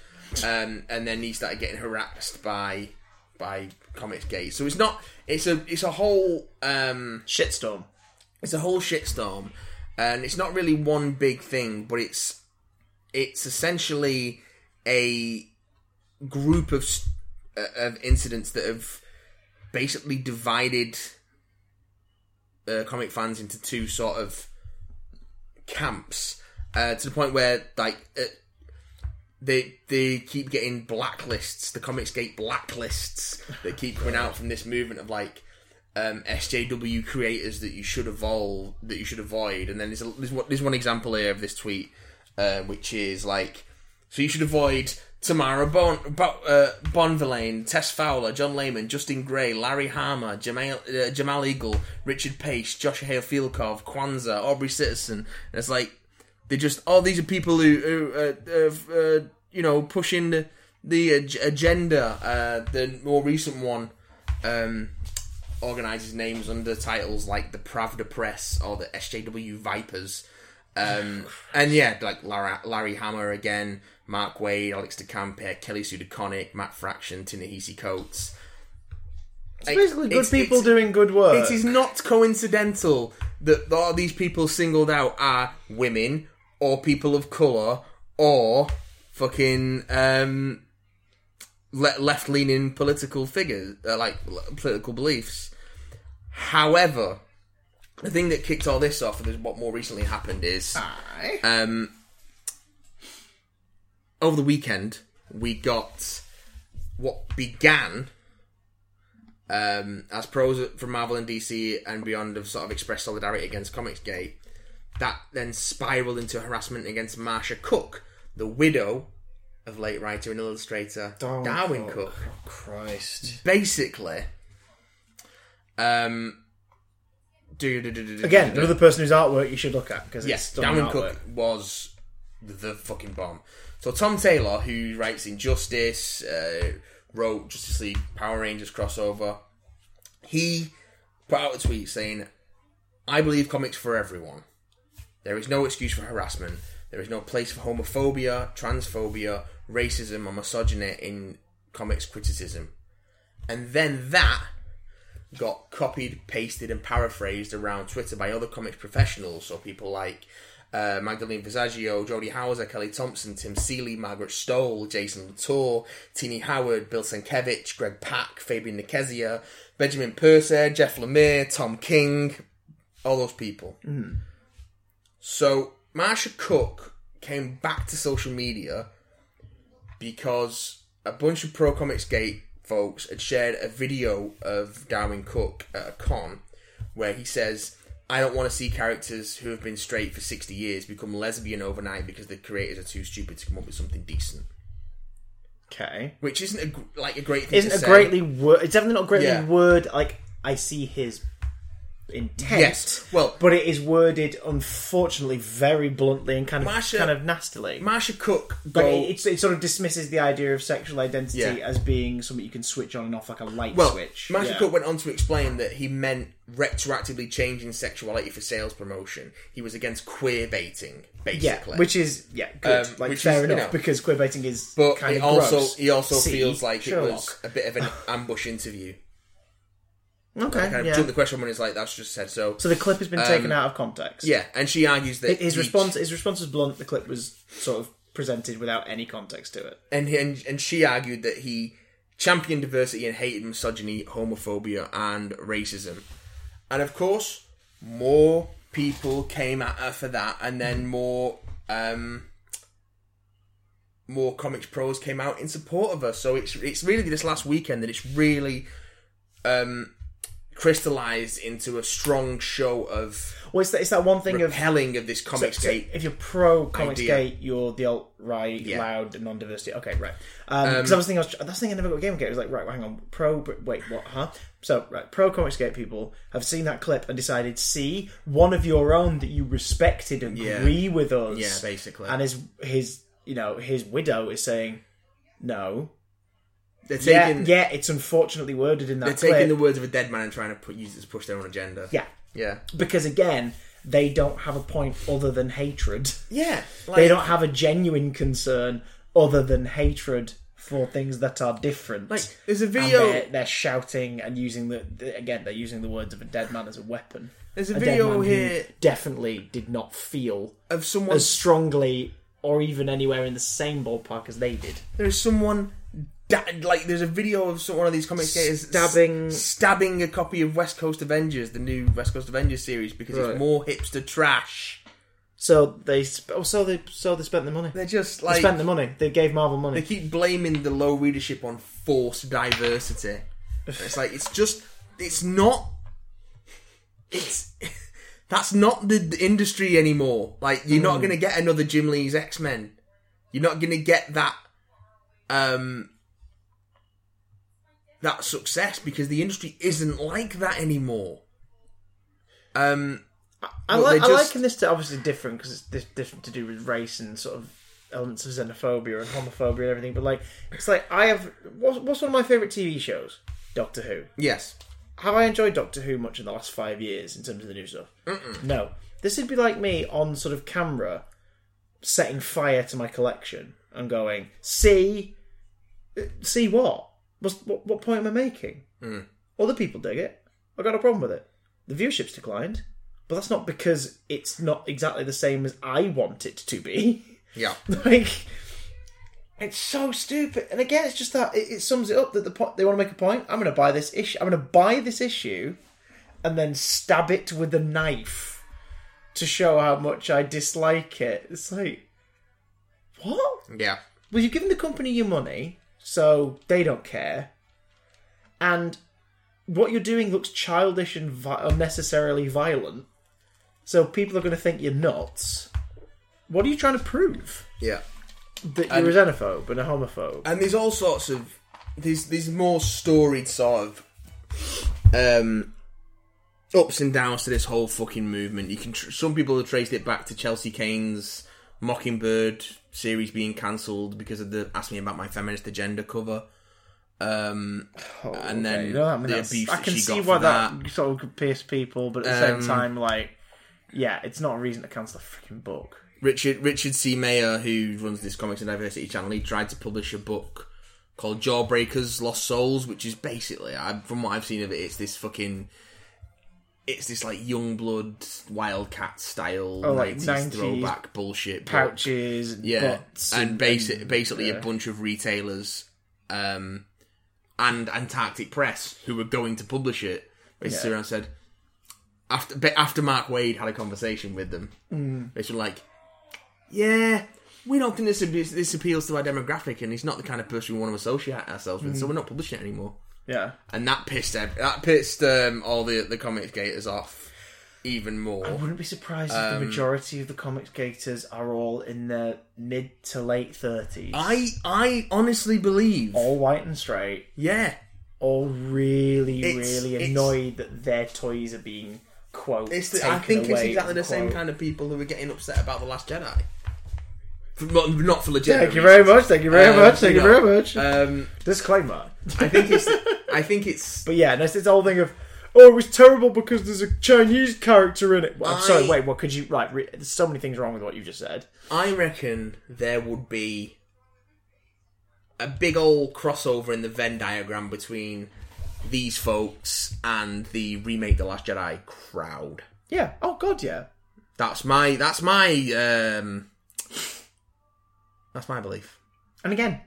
Speaker 2: Um, and then he started getting harassed by by comics gays. So it's not it's a it's a whole um,
Speaker 1: Shitstorm.
Speaker 2: it's a whole shitstorm, and it's not really one big thing, but it's it's essentially a group of s- uh, of incidents that have basically divided uh, comic fans into two sort of camps uh, to the point where like uh, they they keep getting blacklists, the Comicsgate blacklists that keep coming out from this movement of like um, SJW creators that you should evolve, that you should avoid. And then there's a, there's, one, there's one example here of this tweet, uh, which is like, so you should avoid Tamara Bon, Bo, uh, Bonvillain, Tess Fowler, John Lehman, Justin Gray, Larry Harmer, Jamal, uh, Jamal Eagle, Richard Pace, Josh Hale Fieldkov, Kwanzaa, Aubrey Citizen. And it's like, they just oh these are people who, who uh, uh, uh, you know pushing the, the ag- agenda uh, the more recent one um, organizes names under titles like the Pravda Press or the SJW Vipers um, and yeah like Larry, Larry Hammer again Mark Wade Alex DeCampe Kelly Sudaconic Matt Fraction Tinahisi Coates
Speaker 1: It's basically good
Speaker 2: it's-
Speaker 1: people
Speaker 2: it's-
Speaker 1: doing good work.
Speaker 2: it is not coincidental that all these people singled out are women or people of color or fucking um, le- left-leaning political figures, uh, like l- political beliefs. However, the thing that kicked all this off, and is what more recently happened, is um, over the weekend we got what began um, as pros from Marvel and DC and beyond have sort of expressed solidarity against Comics Gate. That then spiraled into harassment against Marsha Cook, the widow of late writer and illustrator
Speaker 1: Oh,
Speaker 2: Darwin
Speaker 1: oh,
Speaker 2: Cook
Speaker 1: oh, Christ.
Speaker 2: basically, um, do, do, do, do, do,
Speaker 1: Again,
Speaker 2: do, do.
Speaker 1: another person whose artwork you should look at because
Speaker 2: yes,
Speaker 1: yes, it's
Speaker 2: Darwin
Speaker 1: Darwin
Speaker 2: Cook was the fucking bomb. So Tom Taylor, who writes Injustice, uh, wrote Justice League Power Rangers crossover, he put out a tweet saying, "I believe comics for everyone. There is no excuse for harassment. There is no place for homophobia, transphobia, racism, or misogyny in comics criticism." And then that got copied, pasted, and paraphrased around Twitter by other comics professionals. So people like uh, Magdalene Visaggio, Jodie Hauser, Kelly Thompson, Tim Seeley, Margaret Stoll, Jason Latour, Tini Howard, Bill Sienkiewicz, Greg Pack, Fabian Nikezia, Benjamin Purser, Jeff Lemire, Tom King, all those people. So Marsha Cook came back to social media because a bunch of pro comics gate folks had shared a video of Darwin Cook at a con where he says, "I don't want to see characters who have been straight for sixty years become lesbian overnight because the creators are too stupid to come up with something decent."
Speaker 1: Okay.
Speaker 2: Which isn't a, gr- like a great thing.
Speaker 1: Isn't
Speaker 2: to
Speaker 1: a
Speaker 2: say.
Speaker 1: greatly word. It's definitely not a greatly
Speaker 2: Yeah.
Speaker 1: word. Like I see his intent.
Speaker 2: Yes. Well-
Speaker 1: but it is worded, unfortunately, very bluntly and kind of
Speaker 2: Marsha-
Speaker 1: kind of nastily.
Speaker 2: Marsha Cook
Speaker 1: Like,
Speaker 2: go-
Speaker 1: it, it's- it sort of dismisses the idea of sexual identity
Speaker 2: Yeah.
Speaker 1: as being something you can switch on and off like a light
Speaker 2: well,
Speaker 1: switch.
Speaker 2: Marsha
Speaker 1: Yeah.
Speaker 2: Cook went on to explain that he meant retroactively changing sexuality for sales promotion. He was against queer baiting,
Speaker 1: yeah,
Speaker 2: basically.
Speaker 1: which is yeah, good.
Speaker 2: Um,
Speaker 1: like
Speaker 2: which
Speaker 1: fair
Speaker 2: is, you
Speaker 1: enough
Speaker 2: know.
Speaker 1: because queer baiting is
Speaker 2: but
Speaker 1: kind
Speaker 2: he
Speaker 1: of
Speaker 2: also
Speaker 1: gross.
Speaker 2: he also
Speaker 1: See,
Speaker 2: feels like it was
Speaker 1: Sherlock.
Speaker 2: a bit of an ambush interview.
Speaker 1: okay.
Speaker 2: Kind of
Speaker 1: yeah.
Speaker 2: jumped the question when it's like that's just said so.
Speaker 1: so the clip has been taken out of context.
Speaker 2: Um, Yeah, and she argues that
Speaker 1: his
Speaker 2: each-
Speaker 1: response his response was blunt. The clip was sort of presented without any context to it.
Speaker 2: and, he- and and she argued that he championed diversity and hated misogyny, homophobia, and racism. And of course, more people came at her for that, and then more um, more comics pros came out in support of her. So it's it's really this last weekend that it's really um, crystallized into a strong show of
Speaker 1: Well, it's that, it's that one thing of
Speaker 2: repelling of this comics
Speaker 1: So
Speaker 2: gate.
Speaker 1: if you're pro Comics
Speaker 2: idea.
Speaker 1: Gate, you're the alt right, loud, non diversity. Okay, right.
Speaker 2: Um,
Speaker 1: Because I was thinking, I was, that's the thing I never got Game Gate. It was like, right, well, hang on, pro. but Wait, what? Huh? So, right, pro Comics Gate people have seen that clip and decided, see, one of your own that you respected agree with us.
Speaker 2: Yeah, basically.
Speaker 1: And his his you know his widow is saying, no.
Speaker 2: They're
Speaker 1: Yeah,
Speaker 2: taking
Speaker 1: yeah, it's unfortunately worded in that
Speaker 2: they're
Speaker 1: clip.
Speaker 2: taking the words of a dead man and trying to put, use it to push their own agenda.
Speaker 1: yeah,
Speaker 2: Yeah.
Speaker 1: because again, they don't have a point other than hatred.
Speaker 2: Yeah. Like,
Speaker 1: they don't have a genuine concern other than hatred for things that are different.
Speaker 2: like, there's a
Speaker 1: and
Speaker 2: video
Speaker 1: they're, they're shouting and using the, the- again they're using the words of a dead man as a weapon.
Speaker 2: There's a
Speaker 1: dead
Speaker 2: video
Speaker 1: man who
Speaker 2: here-
Speaker 1: definitely did not feel
Speaker 2: of someone.
Speaker 1: as strongly or even anywhere in the same ballpark as they did.
Speaker 2: There's someone. Da- like, there's a video of some, one of these comic skaters
Speaker 1: Stabbing-
Speaker 2: stabbing a copy of West Coast Avengers, the new West Coast Avengers series, because
Speaker 1: Right.
Speaker 2: it's more hipster trash.
Speaker 1: So they sp- oh, so they so they spent the money. They
Speaker 2: They're just like
Speaker 1: spent the money. They gave Marvel money.
Speaker 2: they keep blaming the low readership on forced diversity. And it's like it's just it's not it's that's not the, the industry anymore. Like you're not going to get another Jim Lee's X Men. You're not going to get that um that success because the industry isn't like that anymore. Um
Speaker 1: I,
Speaker 2: Well,
Speaker 1: like,
Speaker 2: they
Speaker 1: I
Speaker 2: just-
Speaker 1: liken this to obviously different because it's di- different to do with race and sort of elements of xenophobia and homophobia and everything. But like, it's like I have what's, what's one of my favorite TV shows, Doctor Who.
Speaker 2: yes.
Speaker 1: Have I enjoyed Doctor Who much in the last five years in terms of the new stuff? No. This would be like me on sort of camera setting fire to my collection and going, see, Uh, see what? What's, what? What point am I making? Other people dig it. I got no problem with it. The viewership's declined, but that's not because it's not exactly the same as I want it to be.
Speaker 2: Yeah.
Speaker 1: Like, it's so stupid. And again, it's just that it, it sums it up that the po- they want to make a point. I'm going to buy this issue. I'm going to buy this issue, and then stab it with a knife to show how much I dislike it. It's like, what?
Speaker 2: Yeah.
Speaker 1: Well, you've given the company your money, so they don't care. And what you're doing looks childish and vi- unnecessarily violent. So people are going to think you're nuts. What are you trying to prove?
Speaker 2: Yeah.
Speaker 1: that you're a xenophobe and a homophobe.
Speaker 2: and there's all sorts of there's there's more storied sort of um ups and downs to this whole fucking movement. You can tr- some people have traced it back to Chelsea Kane's Mockingbird series being cancelled because of the ask me about my feminist agenda cover. Um,
Speaker 1: Oh,
Speaker 2: and then
Speaker 1: okay. You know, I, mean,
Speaker 2: the
Speaker 1: that's-
Speaker 2: abuse
Speaker 1: I
Speaker 2: that
Speaker 1: can
Speaker 2: she
Speaker 1: see
Speaker 2: got
Speaker 1: why
Speaker 2: for
Speaker 1: that,
Speaker 2: that. Um,
Speaker 1: sort of could pierce people, but at the same time, like, yeah, it's not a reason to cancel a freaking book.
Speaker 2: Richard Richard C. Mayer, who runs this Comics and Diversity channel, he tried to publish a book called Jawbreakers: Lost Souls, which is basically, I, from what I've seen of it, it's this fucking, it's this like Youngblood, Wildcat style,
Speaker 1: Oh, like
Speaker 2: 90s,
Speaker 1: 90s
Speaker 2: throwback bullshit book.
Speaker 1: Pouches, and
Speaker 2: yeah,
Speaker 1: butts,
Speaker 2: and basic, basically
Speaker 1: yeah.
Speaker 2: a bunch of retailers, um, and Antarctic Press who were going to publish it. Basically,
Speaker 1: Yeah.
Speaker 2: around said after but after Mark Wade had a conversation with them, mm. basically like, yeah, we don't think this ab- this appeals to our demographic, and he's not the kind of person we want to associate ourselves with, so we're not publishing it anymore.
Speaker 1: yeah.
Speaker 2: And that pissed ev- that pissed um, all the the comics gators off even more.
Speaker 1: I wouldn't be surprised if
Speaker 2: Um,
Speaker 1: the majority of the comics gators are all in their mid to late thirties,
Speaker 2: I I honestly believe,
Speaker 1: all white and straight,
Speaker 2: yeah,
Speaker 1: all really,
Speaker 2: It's-
Speaker 1: really
Speaker 2: it's-
Speaker 1: annoyed that their toys are being quote.
Speaker 2: It's the,
Speaker 1: taken
Speaker 2: I think it's
Speaker 1: away,
Speaker 2: exactly the same
Speaker 1: unquote.
Speaker 2: kind of people who were getting upset about the Last Jedi. For- Not, not for legit.
Speaker 1: Thank you very much. Thank you very
Speaker 2: Um,
Speaker 1: much. Thank you
Speaker 2: no.
Speaker 1: very much.
Speaker 2: Um,
Speaker 1: Disclaimer.
Speaker 2: I think it's. I think it's.
Speaker 1: But yeah, and it's this whole thing of oh, it was terrible because there's a Chinese character in it. Well, I'm sorry,
Speaker 2: I-
Speaker 1: wait, what could you right? Re- there's so many things wrong with what you just said.
Speaker 2: I reckon there would be a big old crossover in the Venn diagram between these folks and the remake the Last Jedi crowd.
Speaker 1: Yeah. Oh God, yeah.
Speaker 2: That's my. That's my. Um, that's my belief.
Speaker 1: And again,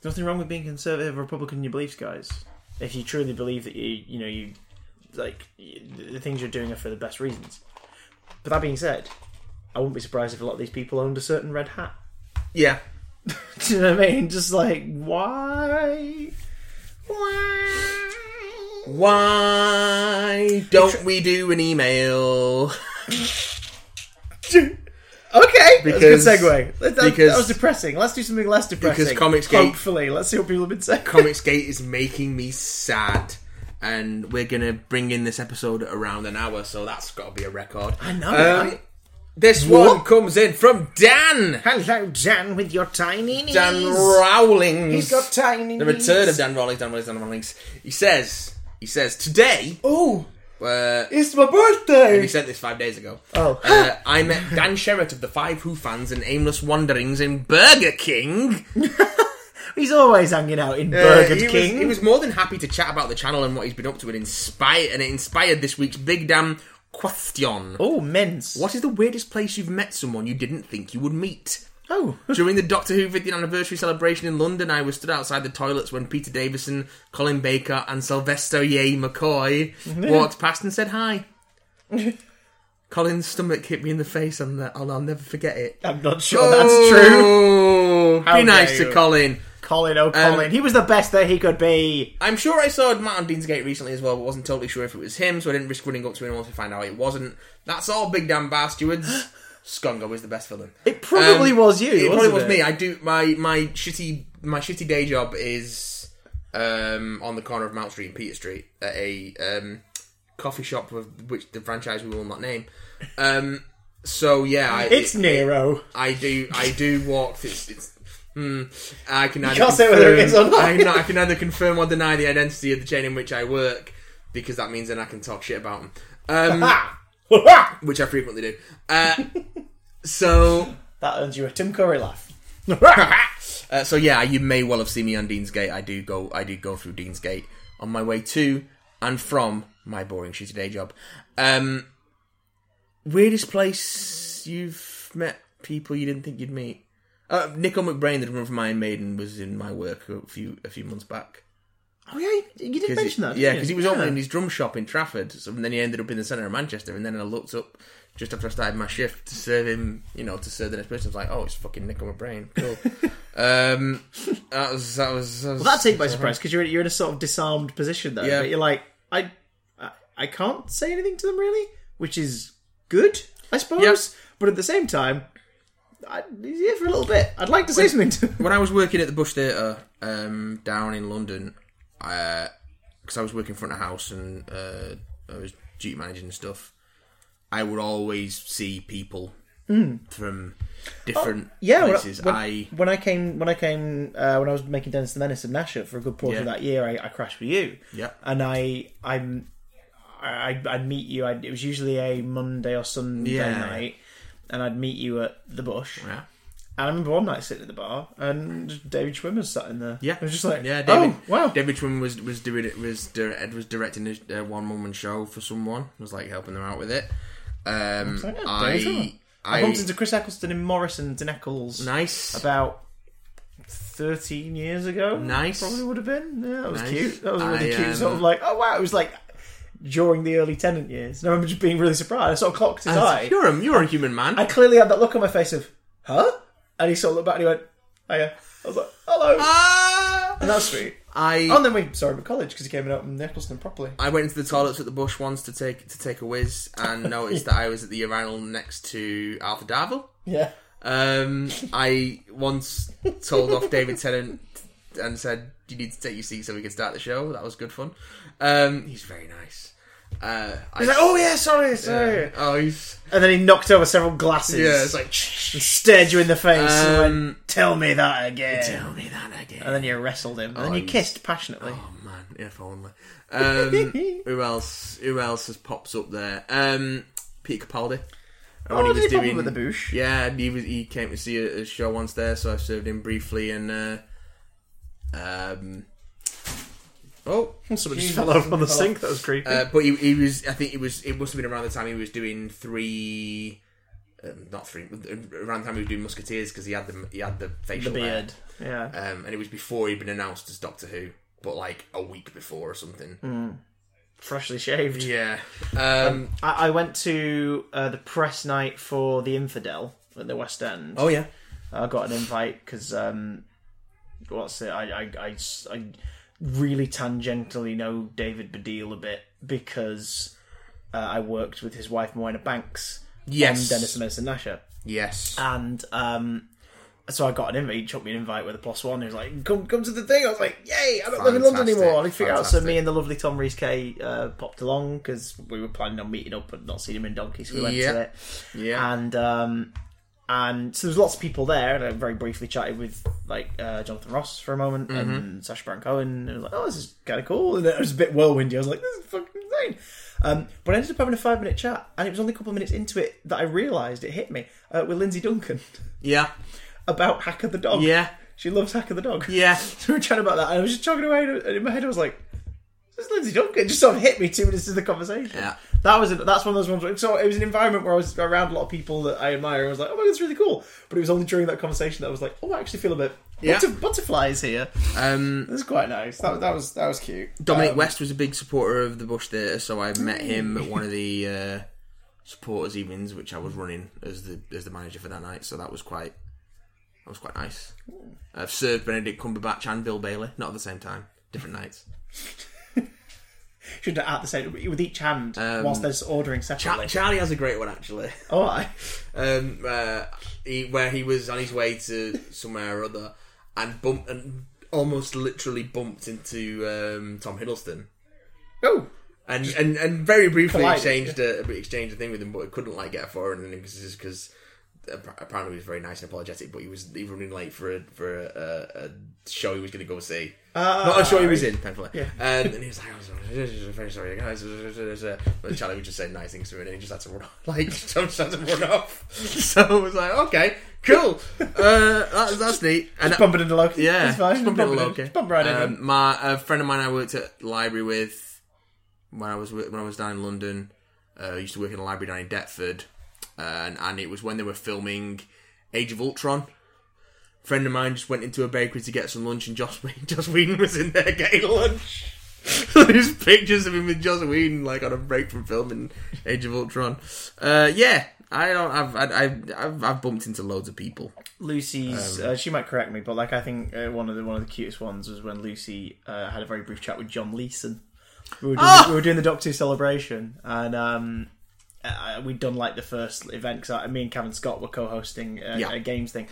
Speaker 1: there's nothing wrong with being conservative or Republican in your beliefs, guys. If you truly believe that you, you know, you like y- the things you're doing are for the best reasons. But that being said, I wouldn't be surprised if a lot of these people owned a certain red hat.
Speaker 2: Yeah.
Speaker 1: Do you know what I mean? Just like why? Why?
Speaker 2: Why don't we do an email?
Speaker 1: okay, because,
Speaker 2: Because-
Speaker 1: that's a good segue. That, that-
Speaker 2: because-
Speaker 1: that was depressing. Let's do something less depressing.
Speaker 2: Because Comics Gate-
Speaker 1: hopefully, let's see what people have been saying.
Speaker 2: Comicsgate is making me sad, and we're gonna bring in this episode at around an hour, so that's got to be a record. I
Speaker 1: know, right?
Speaker 2: This
Speaker 1: What?
Speaker 2: one comes in from Dan.
Speaker 1: Hello, Dan, with your tiny knees.
Speaker 2: Dan Rowlings.
Speaker 1: He's got tiny
Speaker 2: the
Speaker 1: knees.
Speaker 2: return of Dan Rowlings. Dan Rowlings. Dan Rowlings. He says. He says today.
Speaker 1: Oh,
Speaker 2: Uh,
Speaker 1: it's my
Speaker 2: he
Speaker 1: birthday.
Speaker 2: sent this five days ago.
Speaker 1: Oh.
Speaker 2: Uh, I met Dan Sherritt of the Five Who fans and Aimless Wanderings in Burger King.
Speaker 1: He's always hanging out in
Speaker 2: Uh,
Speaker 1: Burger
Speaker 2: he
Speaker 1: King.
Speaker 2: Was, he was more than happy to chat about the channel and what he's been up to, and inspire and it inspired this week's big damn question.
Speaker 1: oh, mince.
Speaker 2: What is the weirdest place you've met someone you didn't think you would meet?
Speaker 1: Oh,
Speaker 2: During the Doctor Who 50th anniversary celebration in London, I was stood outside the toilets when Peter Davison, Colin Baker, and Sylvester Yay McCoy
Speaker 1: Mm-hmm.
Speaker 2: walked past and said hi. Colin's stomach hit me in the face, and the- and I'll never forget it.
Speaker 1: I'm not
Speaker 2: Oh.
Speaker 1: sure Oh, that's
Speaker 2: Um,
Speaker 1: true.
Speaker 2: true. Be nice
Speaker 1: dare
Speaker 2: to
Speaker 1: you.
Speaker 2: Colin.
Speaker 1: Colin, oh Colin, he was the best that he could be.
Speaker 2: I'm sure I saw Matt on Deansgate recently as well, but wasn't totally sure if it was him, so I didn't risk running up to him once to find out it wasn't. That's all, big damn bastards. Skongo is the best villain.
Speaker 1: It probably
Speaker 2: Um,
Speaker 1: was you.
Speaker 2: It probably
Speaker 1: wasn't
Speaker 2: was
Speaker 1: it?
Speaker 2: me. I do my my shitty my shitty day job is um, on the corner of Mount Street and Peter Street at a um, coffee shop with which the franchise we will not name. Um, so yeah, I,
Speaker 1: It's Nero.
Speaker 2: I do I do walk. It's, it's hmm, I can either
Speaker 1: can't say whether it is or not.
Speaker 2: I, no, I can either confirm or deny the identity of the chain in which I work because that means then I can talk shit about them, um,
Speaker 1: Ha! that
Speaker 2: which I frequently do. Uh, so.
Speaker 1: earns you a Tim Curry laugh.
Speaker 2: Uh, so yeah, you may well have seen me on Deansgate. I do go, I do go through Deansgate on my way to and from my boring shitty day job. Um, weirdest place you've met people you didn't think you'd meet. Uh, Nicole McBrain, the drummer from Iron Maiden, was in my work a few a few months back.
Speaker 1: Oh yeah, you- you did
Speaker 2: 'Cause
Speaker 1: mention
Speaker 2: he-
Speaker 1: that.
Speaker 2: yeah,
Speaker 1: didn't
Speaker 2: because
Speaker 1: you?
Speaker 2: he was opening
Speaker 1: Yeah.
Speaker 2: his drum shop in Trafford, so, and then he ended up in the centre of Manchester. And then I looked up just after I started my shift to serve him, you know, to serve the next person. I was like, oh, it's fucking Nick on my brain. Cool. um, that was that was. That was
Speaker 1: Well, that take by surprise because you're you're in a sort of disarmed position though.
Speaker 2: Yeah.
Speaker 1: But you're like, I, I, I can't say anything to them really, which is good, I suppose. But at the same time, I, he's here for a little bit. I'd like to say something to. Him.
Speaker 2: when I was working at the Bush Theatre um, down in London, because I was working front of house and uh, I was duty managing and stuff, I would always see people from different
Speaker 1: Hmm. Oh, Yeah, when I-
Speaker 2: places.
Speaker 1: when,
Speaker 2: I
Speaker 1: when I came when I came uh, when I was making Dennis the Menace in Nashville for a good portion
Speaker 2: Yeah.
Speaker 1: of that year, I, I crashed with you.
Speaker 2: Yeah.
Speaker 1: and I I'm I I- I'd meet you. I'd, it was usually a Monday or Sunday
Speaker 2: Yeah.
Speaker 1: night, and I'd meet you at the Bush.
Speaker 2: yeah.
Speaker 1: And I remember one night sitting at the bar and just David Schwimmer sat in there.
Speaker 2: Yeah,
Speaker 1: I was just like,
Speaker 2: yeah, David.
Speaker 1: David, oh, wow.
Speaker 2: David Schwimmer was was doing it was dir- Ed was directing a uh, one woman show for someone. Was like helping them out with it. Um,
Speaker 1: like, oh, David
Speaker 2: I,
Speaker 1: Schwimmer.
Speaker 2: I,
Speaker 1: I bumped into Chris Eccleston in Morrison's in Eccles
Speaker 2: nice.
Speaker 1: about 13 years ago.
Speaker 2: Nice.
Speaker 1: Probably would have been. Yeah, that was
Speaker 2: Nice.
Speaker 1: cute. That was really
Speaker 2: I,
Speaker 1: cute. Sort
Speaker 2: um,
Speaker 1: of like, oh, wow. It was like during the early tenant years. And I remember just being really surprised. I sort of clocked his eye.
Speaker 2: You're a you're a human man.
Speaker 1: I clearly had that look on my face of, huh? And he sort of looked back and he went, oh, yeah. I was like, hello.
Speaker 2: Ah!
Speaker 1: and that's sweet.
Speaker 2: I
Speaker 1: Oh, and then we saw him at college because he came out in Eccleston properly.
Speaker 2: I went into the toilets at the bush once to take to take a whiz and noticed that I was at the urinal next to Arthur Darvill.
Speaker 1: Yeah.
Speaker 2: Um, I once told off David Tennant and said, "You need to take your seat so we can start the show." That was good fun. Um, he's very nice. Uh, I,
Speaker 1: He's like, oh yeah, sorry, sorry.
Speaker 2: oh, he's
Speaker 1: And then he knocked over several glasses.
Speaker 2: yeah. It's like
Speaker 1: and stared you in the face and
Speaker 2: Um,
Speaker 1: went, "Tell me that again."
Speaker 2: tell me that again.
Speaker 1: And then you wrestled him, and then
Speaker 2: Oh,
Speaker 1: you
Speaker 2: he's-
Speaker 1: kissed passionately.
Speaker 2: Oh man, if only. Um, who else? Who else has pops up there? Um, Peter Capaldi. Uh,
Speaker 1: Oh, did he pop up at the Boosh?
Speaker 2: Yeah, he was. He came to see a, a show once there, so I served him briefly, and uh, um, oh,
Speaker 1: Someone just fell over on the sink. That was creepy.
Speaker 2: uh, but he, he was. I think it was. It must have been around the time he was doing three. Um, not three. Around the time he was doing Musketeers because he had the he had the
Speaker 1: the
Speaker 2: facial hair.
Speaker 1: beard. Yeah.
Speaker 2: Um, and it was before he'd been announced as Doctor Who, but like a week before or something.
Speaker 1: Mm. Freshly shaved.
Speaker 2: Yeah. Um,
Speaker 1: I, I went to uh, the press night for The Infidel at the West End.
Speaker 2: oh yeah.
Speaker 1: I got an invite because um, what's it? I, I, I s- I really tangentially know David Baddiel a bit because uh, I worked with his wife Moina Banks and
Speaker 2: Yes.
Speaker 1: Dennis and Medicine Nasher,
Speaker 2: Yes.
Speaker 1: and um, so I got an invite. He chucked me an invite with a plus one. He was like, "Come, come to the thing." I was like, "Yay! I don't live in London
Speaker 2: Fantastic.
Speaker 1: anymore." And he figured out. So
Speaker 2: Fantastic.
Speaker 1: me and the lovely Tom Rees K uh, popped along because we were planning on meeting up, but not seeing him in Donkey, so we went
Speaker 2: Yeah.
Speaker 1: to it
Speaker 2: yeah.
Speaker 1: and um, and so there's lots of people there, and I very briefly chatted with like uh, Jonathan Ross for a moment
Speaker 2: Mm-hmm.
Speaker 1: and Sacha Baron Cohen, and I was like, oh, this is kind of cool, and it was a bit whirlwindy. I was like, this is fucking insane. Um, but I ended up having a five minute chat, and it was only a couple of minutes into it that I realised it hit me uh, with Lindsay Duncan
Speaker 2: yeah.
Speaker 1: about Hacker the dog.
Speaker 2: Yeah.
Speaker 1: she loves Hacker the dog.
Speaker 2: Yeah.
Speaker 1: So we were chatting about that, and I was just talking away, and in my head I was like, "This is Lindsay Duncan." It just sort of hit me two minutes into the conversation.
Speaker 2: Yeah.
Speaker 1: that was that's one of those ones. Where, so it was an environment where I was around a lot of people that I admire. I was like, "Oh my god, it's really cool." But it was only during that conversation that I was like, "Oh, I actually feel a bit
Speaker 2: Yeah.
Speaker 1: butter- butterflies here."
Speaker 2: Um,
Speaker 1: This is quite nice. That, that was that was cute.
Speaker 2: Dominic
Speaker 1: Um,
Speaker 2: West was a big supporter of the Bush Theatre, so I met him at one of the uh, supporters evenings, which I was running as the as the manager for that night. So that was quite that was quite nice. I've served Benedict Cumberbatch and Bill Bailey, not at the same time, different nights.
Speaker 1: should at the same with each hand
Speaker 2: Um,
Speaker 1: whilst they're ordering
Speaker 2: Char-
Speaker 1: separately.
Speaker 2: Charlie has a great one actually.
Speaker 1: oh, I.
Speaker 2: um, uh, he, where he was on his way to somewhere or other and bumped and almost literally bumped into um, Tom Hiddleston
Speaker 1: Oh,
Speaker 2: and and, and very briefly
Speaker 1: collided,
Speaker 2: exchanged a, exchanged a thing with him, but couldn't like get a photo and because because apparently he was very nice and apologetic, but he was he was running late for a, for a, a, a show he was going to go see. Not a show he was in, thankfully. Um, and he was like, "I'm very sorry, guys." But Charlie would just say nice things to him, and he just had to run off. Like, just had to run off. So I was like, "Okay, cool. Uh, that's that's neat." And
Speaker 1: bump it into Loki.
Speaker 2: yeah,
Speaker 1: it's fine.
Speaker 2: just
Speaker 1: Bump,
Speaker 2: bump it
Speaker 1: it in.
Speaker 2: along, okay.
Speaker 1: Just bump right in.
Speaker 2: Um, my a friend of mine I worked at the library with when I was wi- when I was down in London. Uh, I used to work in a library down in Deptford, uh, and, and it was when they were filming Age of Ultron. Friend of mine just went into a bakery to get some lunch, and Joss Whedon, Joss Whedon was in there getting lunch. There's pictures of him with Joss Whedon, like on a break from filming Age of Ultron. Uh, yeah, I don't. I've, I, I've I've I've bumped into loads of people.
Speaker 1: Lucy's. uh, she might correct me, but like I think uh, one of the one of the cutest ones was when Lucy uh, had a very brief chat with John Leeson. We were doing,
Speaker 2: Ah!
Speaker 1: we were doing the Doctor Who celebration, and um, uh, we'd done like the first event because me and Kevin Scott were co-hosting a,
Speaker 2: Yeah.
Speaker 1: a games thing.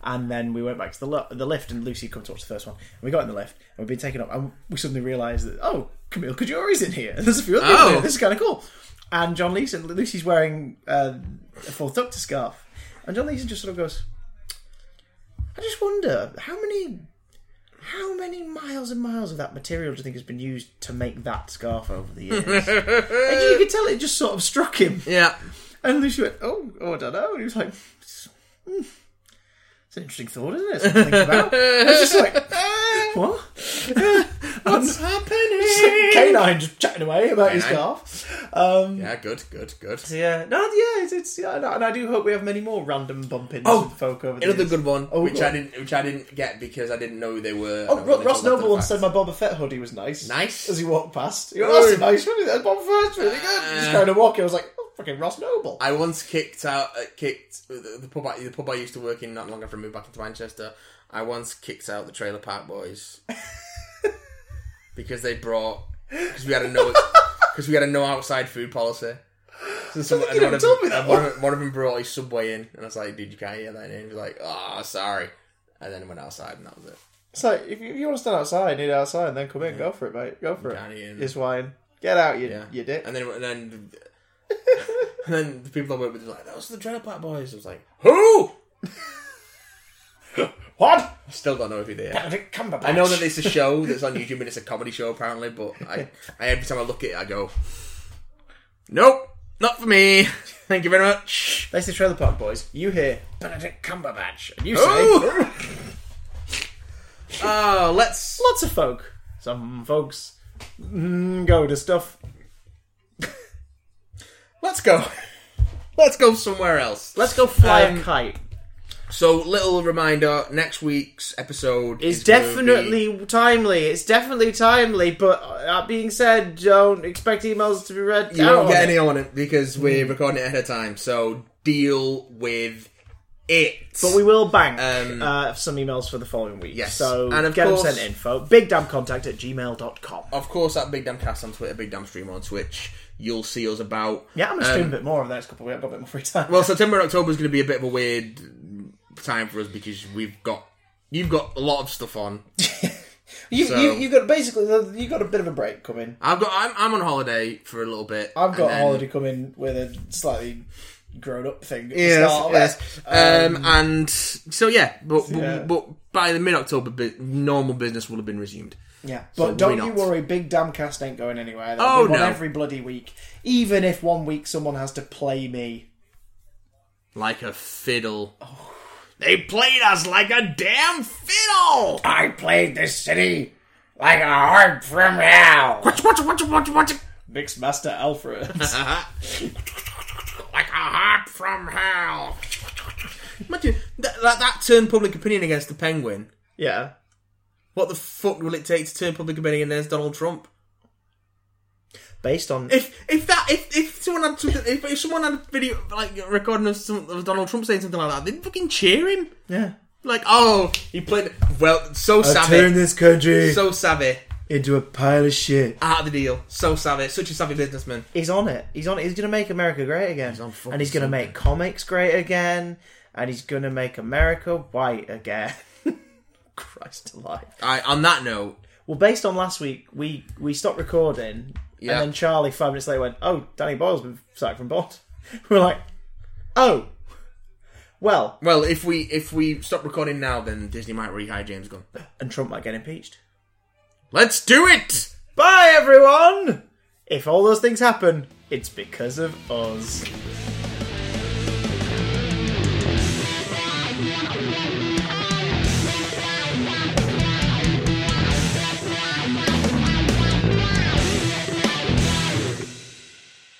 Speaker 1: And then we went back to the lo- the lift, and Lucy come to watch the first one. And we got in the lift, and we'd been taken up, and we suddenly realised that oh, Camille Kajori's in here, and there's a few other people.
Speaker 2: Oh.
Speaker 1: here. This is kind of cool. And John Leeson, Lucy's wearing uh, a full doctor scarf, and John Leeson just sort of goes, I just wonder how many how many miles and miles of that material do you think has been used to make that scarf over the years? and you could tell it just sort of struck him.
Speaker 2: Yeah,
Speaker 1: And Lucy went, "Oh, oh, I don't know." And he was like, "It's, hmm, it's an interesting thought, isn't it?" It's something to think about. I was just like, "What?"
Speaker 2: what's happening?
Speaker 1: Canine just chatting away about his
Speaker 2: Canine.
Speaker 1: scarf. Um,
Speaker 2: Yeah, good, good, good.
Speaker 1: so yeah, no, yeah, it's, it's yeah, no, and I do hope we have many more random bump ins
Speaker 2: Oh,
Speaker 1: with folk over the
Speaker 2: Another
Speaker 1: years.
Speaker 2: good one,
Speaker 1: Oh,
Speaker 2: which
Speaker 1: go
Speaker 2: I
Speaker 1: on.
Speaker 2: didn't, which I didn't get because I didn't know they were.
Speaker 1: Oh,
Speaker 2: I
Speaker 1: Ro-
Speaker 2: wasn't
Speaker 1: Ross
Speaker 2: told that
Speaker 1: Noble once
Speaker 2: for a
Speaker 1: said my Boba Fett hoodie was nice.
Speaker 2: Nice.
Speaker 1: As he walked past. He went, that's a nice hoodie. That's Boba Fett's really good. Just kind of walking. I was like, oh, fucking Ross Noble.
Speaker 2: I once kicked out, uh, kicked the, the pub. I, the pub I used to work in not long after I moved back into Manchester. I once kicked out the Trailer Park Boys because they brought because we had a no because we had a no outside food policy. So some-
Speaker 1: think
Speaker 2: and
Speaker 1: you
Speaker 2: one
Speaker 1: never
Speaker 2: of
Speaker 1: told
Speaker 2: them-
Speaker 1: me that
Speaker 2: one of, one of them brought his subway in, and I was like, "Dude, you can't hear that." in." And he was like, "Ah, sorry." And then went outside, and that was it.
Speaker 1: It's like, if you, if you want to stand outside, need outside, and then come in. Go for it, mate. Go for
Speaker 2: Danny
Speaker 1: it.
Speaker 2: and-
Speaker 1: It's wine. Get out, you,
Speaker 2: Yeah, Uh,
Speaker 1: you dick.
Speaker 2: And then and then and then the people I work with were like, "That was the Trailer Park Boys." I was like, "Who?"
Speaker 1: what?
Speaker 2: I still don't know who they are.
Speaker 1: Benedict Cumberbatch.
Speaker 2: I know that it's a show that's on YouTube and it's a comedy show apparently, but I, I every time I look at it, I go, "Nope, not for me." Thank you very much.
Speaker 1: That's the Trailer Park Boys. You hear Benedict Cumberbatch. And you say,
Speaker 2: Oh, oh let's
Speaker 1: lots of folk. Some folks mm, go to stuff.
Speaker 2: let's go. Let's go somewhere else. Let's go fly.
Speaker 1: a kite.
Speaker 2: so, little reminder: next week's episode
Speaker 1: It's
Speaker 2: is gonna be-
Speaker 1: definitely timely. It's definitely timely. But uh, that being said, don't expect emails to be read.
Speaker 2: You
Speaker 1: out
Speaker 2: won't
Speaker 1: on
Speaker 2: get
Speaker 1: it. Mm.
Speaker 2: any on it because we're recording it ahead of time. So deal with it.
Speaker 1: But we will bank
Speaker 2: Um,
Speaker 1: uh, some emails for the following week.
Speaker 2: Yes.
Speaker 1: So
Speaker 2: And of
Speaker 1: get
Speaker 2: course-
Speaker 1: them sent info. Bigdamcontact at gmail.com.
Speaker 2: of course, that Big Damn Cast on Twitter, Big Damn Stream on Twitch. You'll see us about.
Speaker 1: Yeah, I'm going to stream
Speaker 2: Um,
Speaker 1: a bit more over the next couple of weeks. I've got a bit more free time.
Speaker 2: Well, September and October is going to be a bit of a weird time for us because we've got you've got a lot of stuff on.
Speaker 1: you,
Speaker 2: so-
Speaker 1: you, you got basically you got a bit of a break coming.
Speaker 2: I've got I'm, I'm on holiday for a little bit.
Speaker 1: I've got
Speaker 2: and
Speaker 1: a
Speaker 2: then-
Speaker 1: holiday coming with a slightly grown up thing. At the
Speaker 2: Yes,
Speaker 1: start
Speaker 2: yes.
Speaker 1: of it.
Speaker 2: Um, and so yeah, but
Speaker 1: Yeah.
Speaker 2: But, but by the mid October, bu- normal business will have been resumed.
Speaker 1: Yeah, but
Speaker 2: why
Speaker 1: don't
Speaker 2: not?
Speaker 1: you worry, Big Damn Cast ain't going anywhere. There'll
Speaker 2: Oh,
Speaker 1: be one
Speaker 2: no.
Speaker 1: every bloody week. Even if one week someone has to play me.
Speaker 2: like a fiddle. They played us like a damn fiddle!
Speaker 1: I played this city like a harp from hell.
Speaker 2: Watch, watch, watch, watch, watch.
Speaker 1: Mixmaster Alfred.
Speaker 2: like a harp from hell. Imagine that, that, that turned public opinion against the penguin.
Speaker 1: yeah.
Speaker 2: What the fuck will it take to turn public opinion against Donald Trump?
Speaker 1: Based on
Speaker 2: If if that if, if someone had something if, if someone had a video like a recording of, some, of Donald Trump saying something like that, they'd fucking cheer him.
Speaker 1: yeah.
Speaker 2: Like, oh, he played well, so
Speaker 1: Turn
Speaker 2: savvy,
Speaker 1: this country
Speaker 2: so savvy.
Speaker 1: into a pile of shit.
Speaker 2: Out of the deal, so savvy, such a savvy businessman.
Speaker 1: He's on it. He's on it. He's gonna make America great again.
Speaker 2: on fucking
Speaker 1: and he's gonna make comics great again. And he's gonna make America white again. Christ alive.
Speaker 2: I, on that note,
Speaker 1: Well, based on last week, we we stopped recording,
Speaker 2: Yeah.
Speaker 1: and then Charlie five minutes later went, "Oh, Danny Boyle's been sacked from Bond." We were like, "Oh, well,"
Speaker 2: well, if we if we stop recording now, then Disney might rehire James Gunn.
Speaker 1: and Trump might get impeached.
Speaker 2: Let's do it.
Speaker 1: Bye, everyone. If all those things happen, it's because of us.
Speaker 3: Thank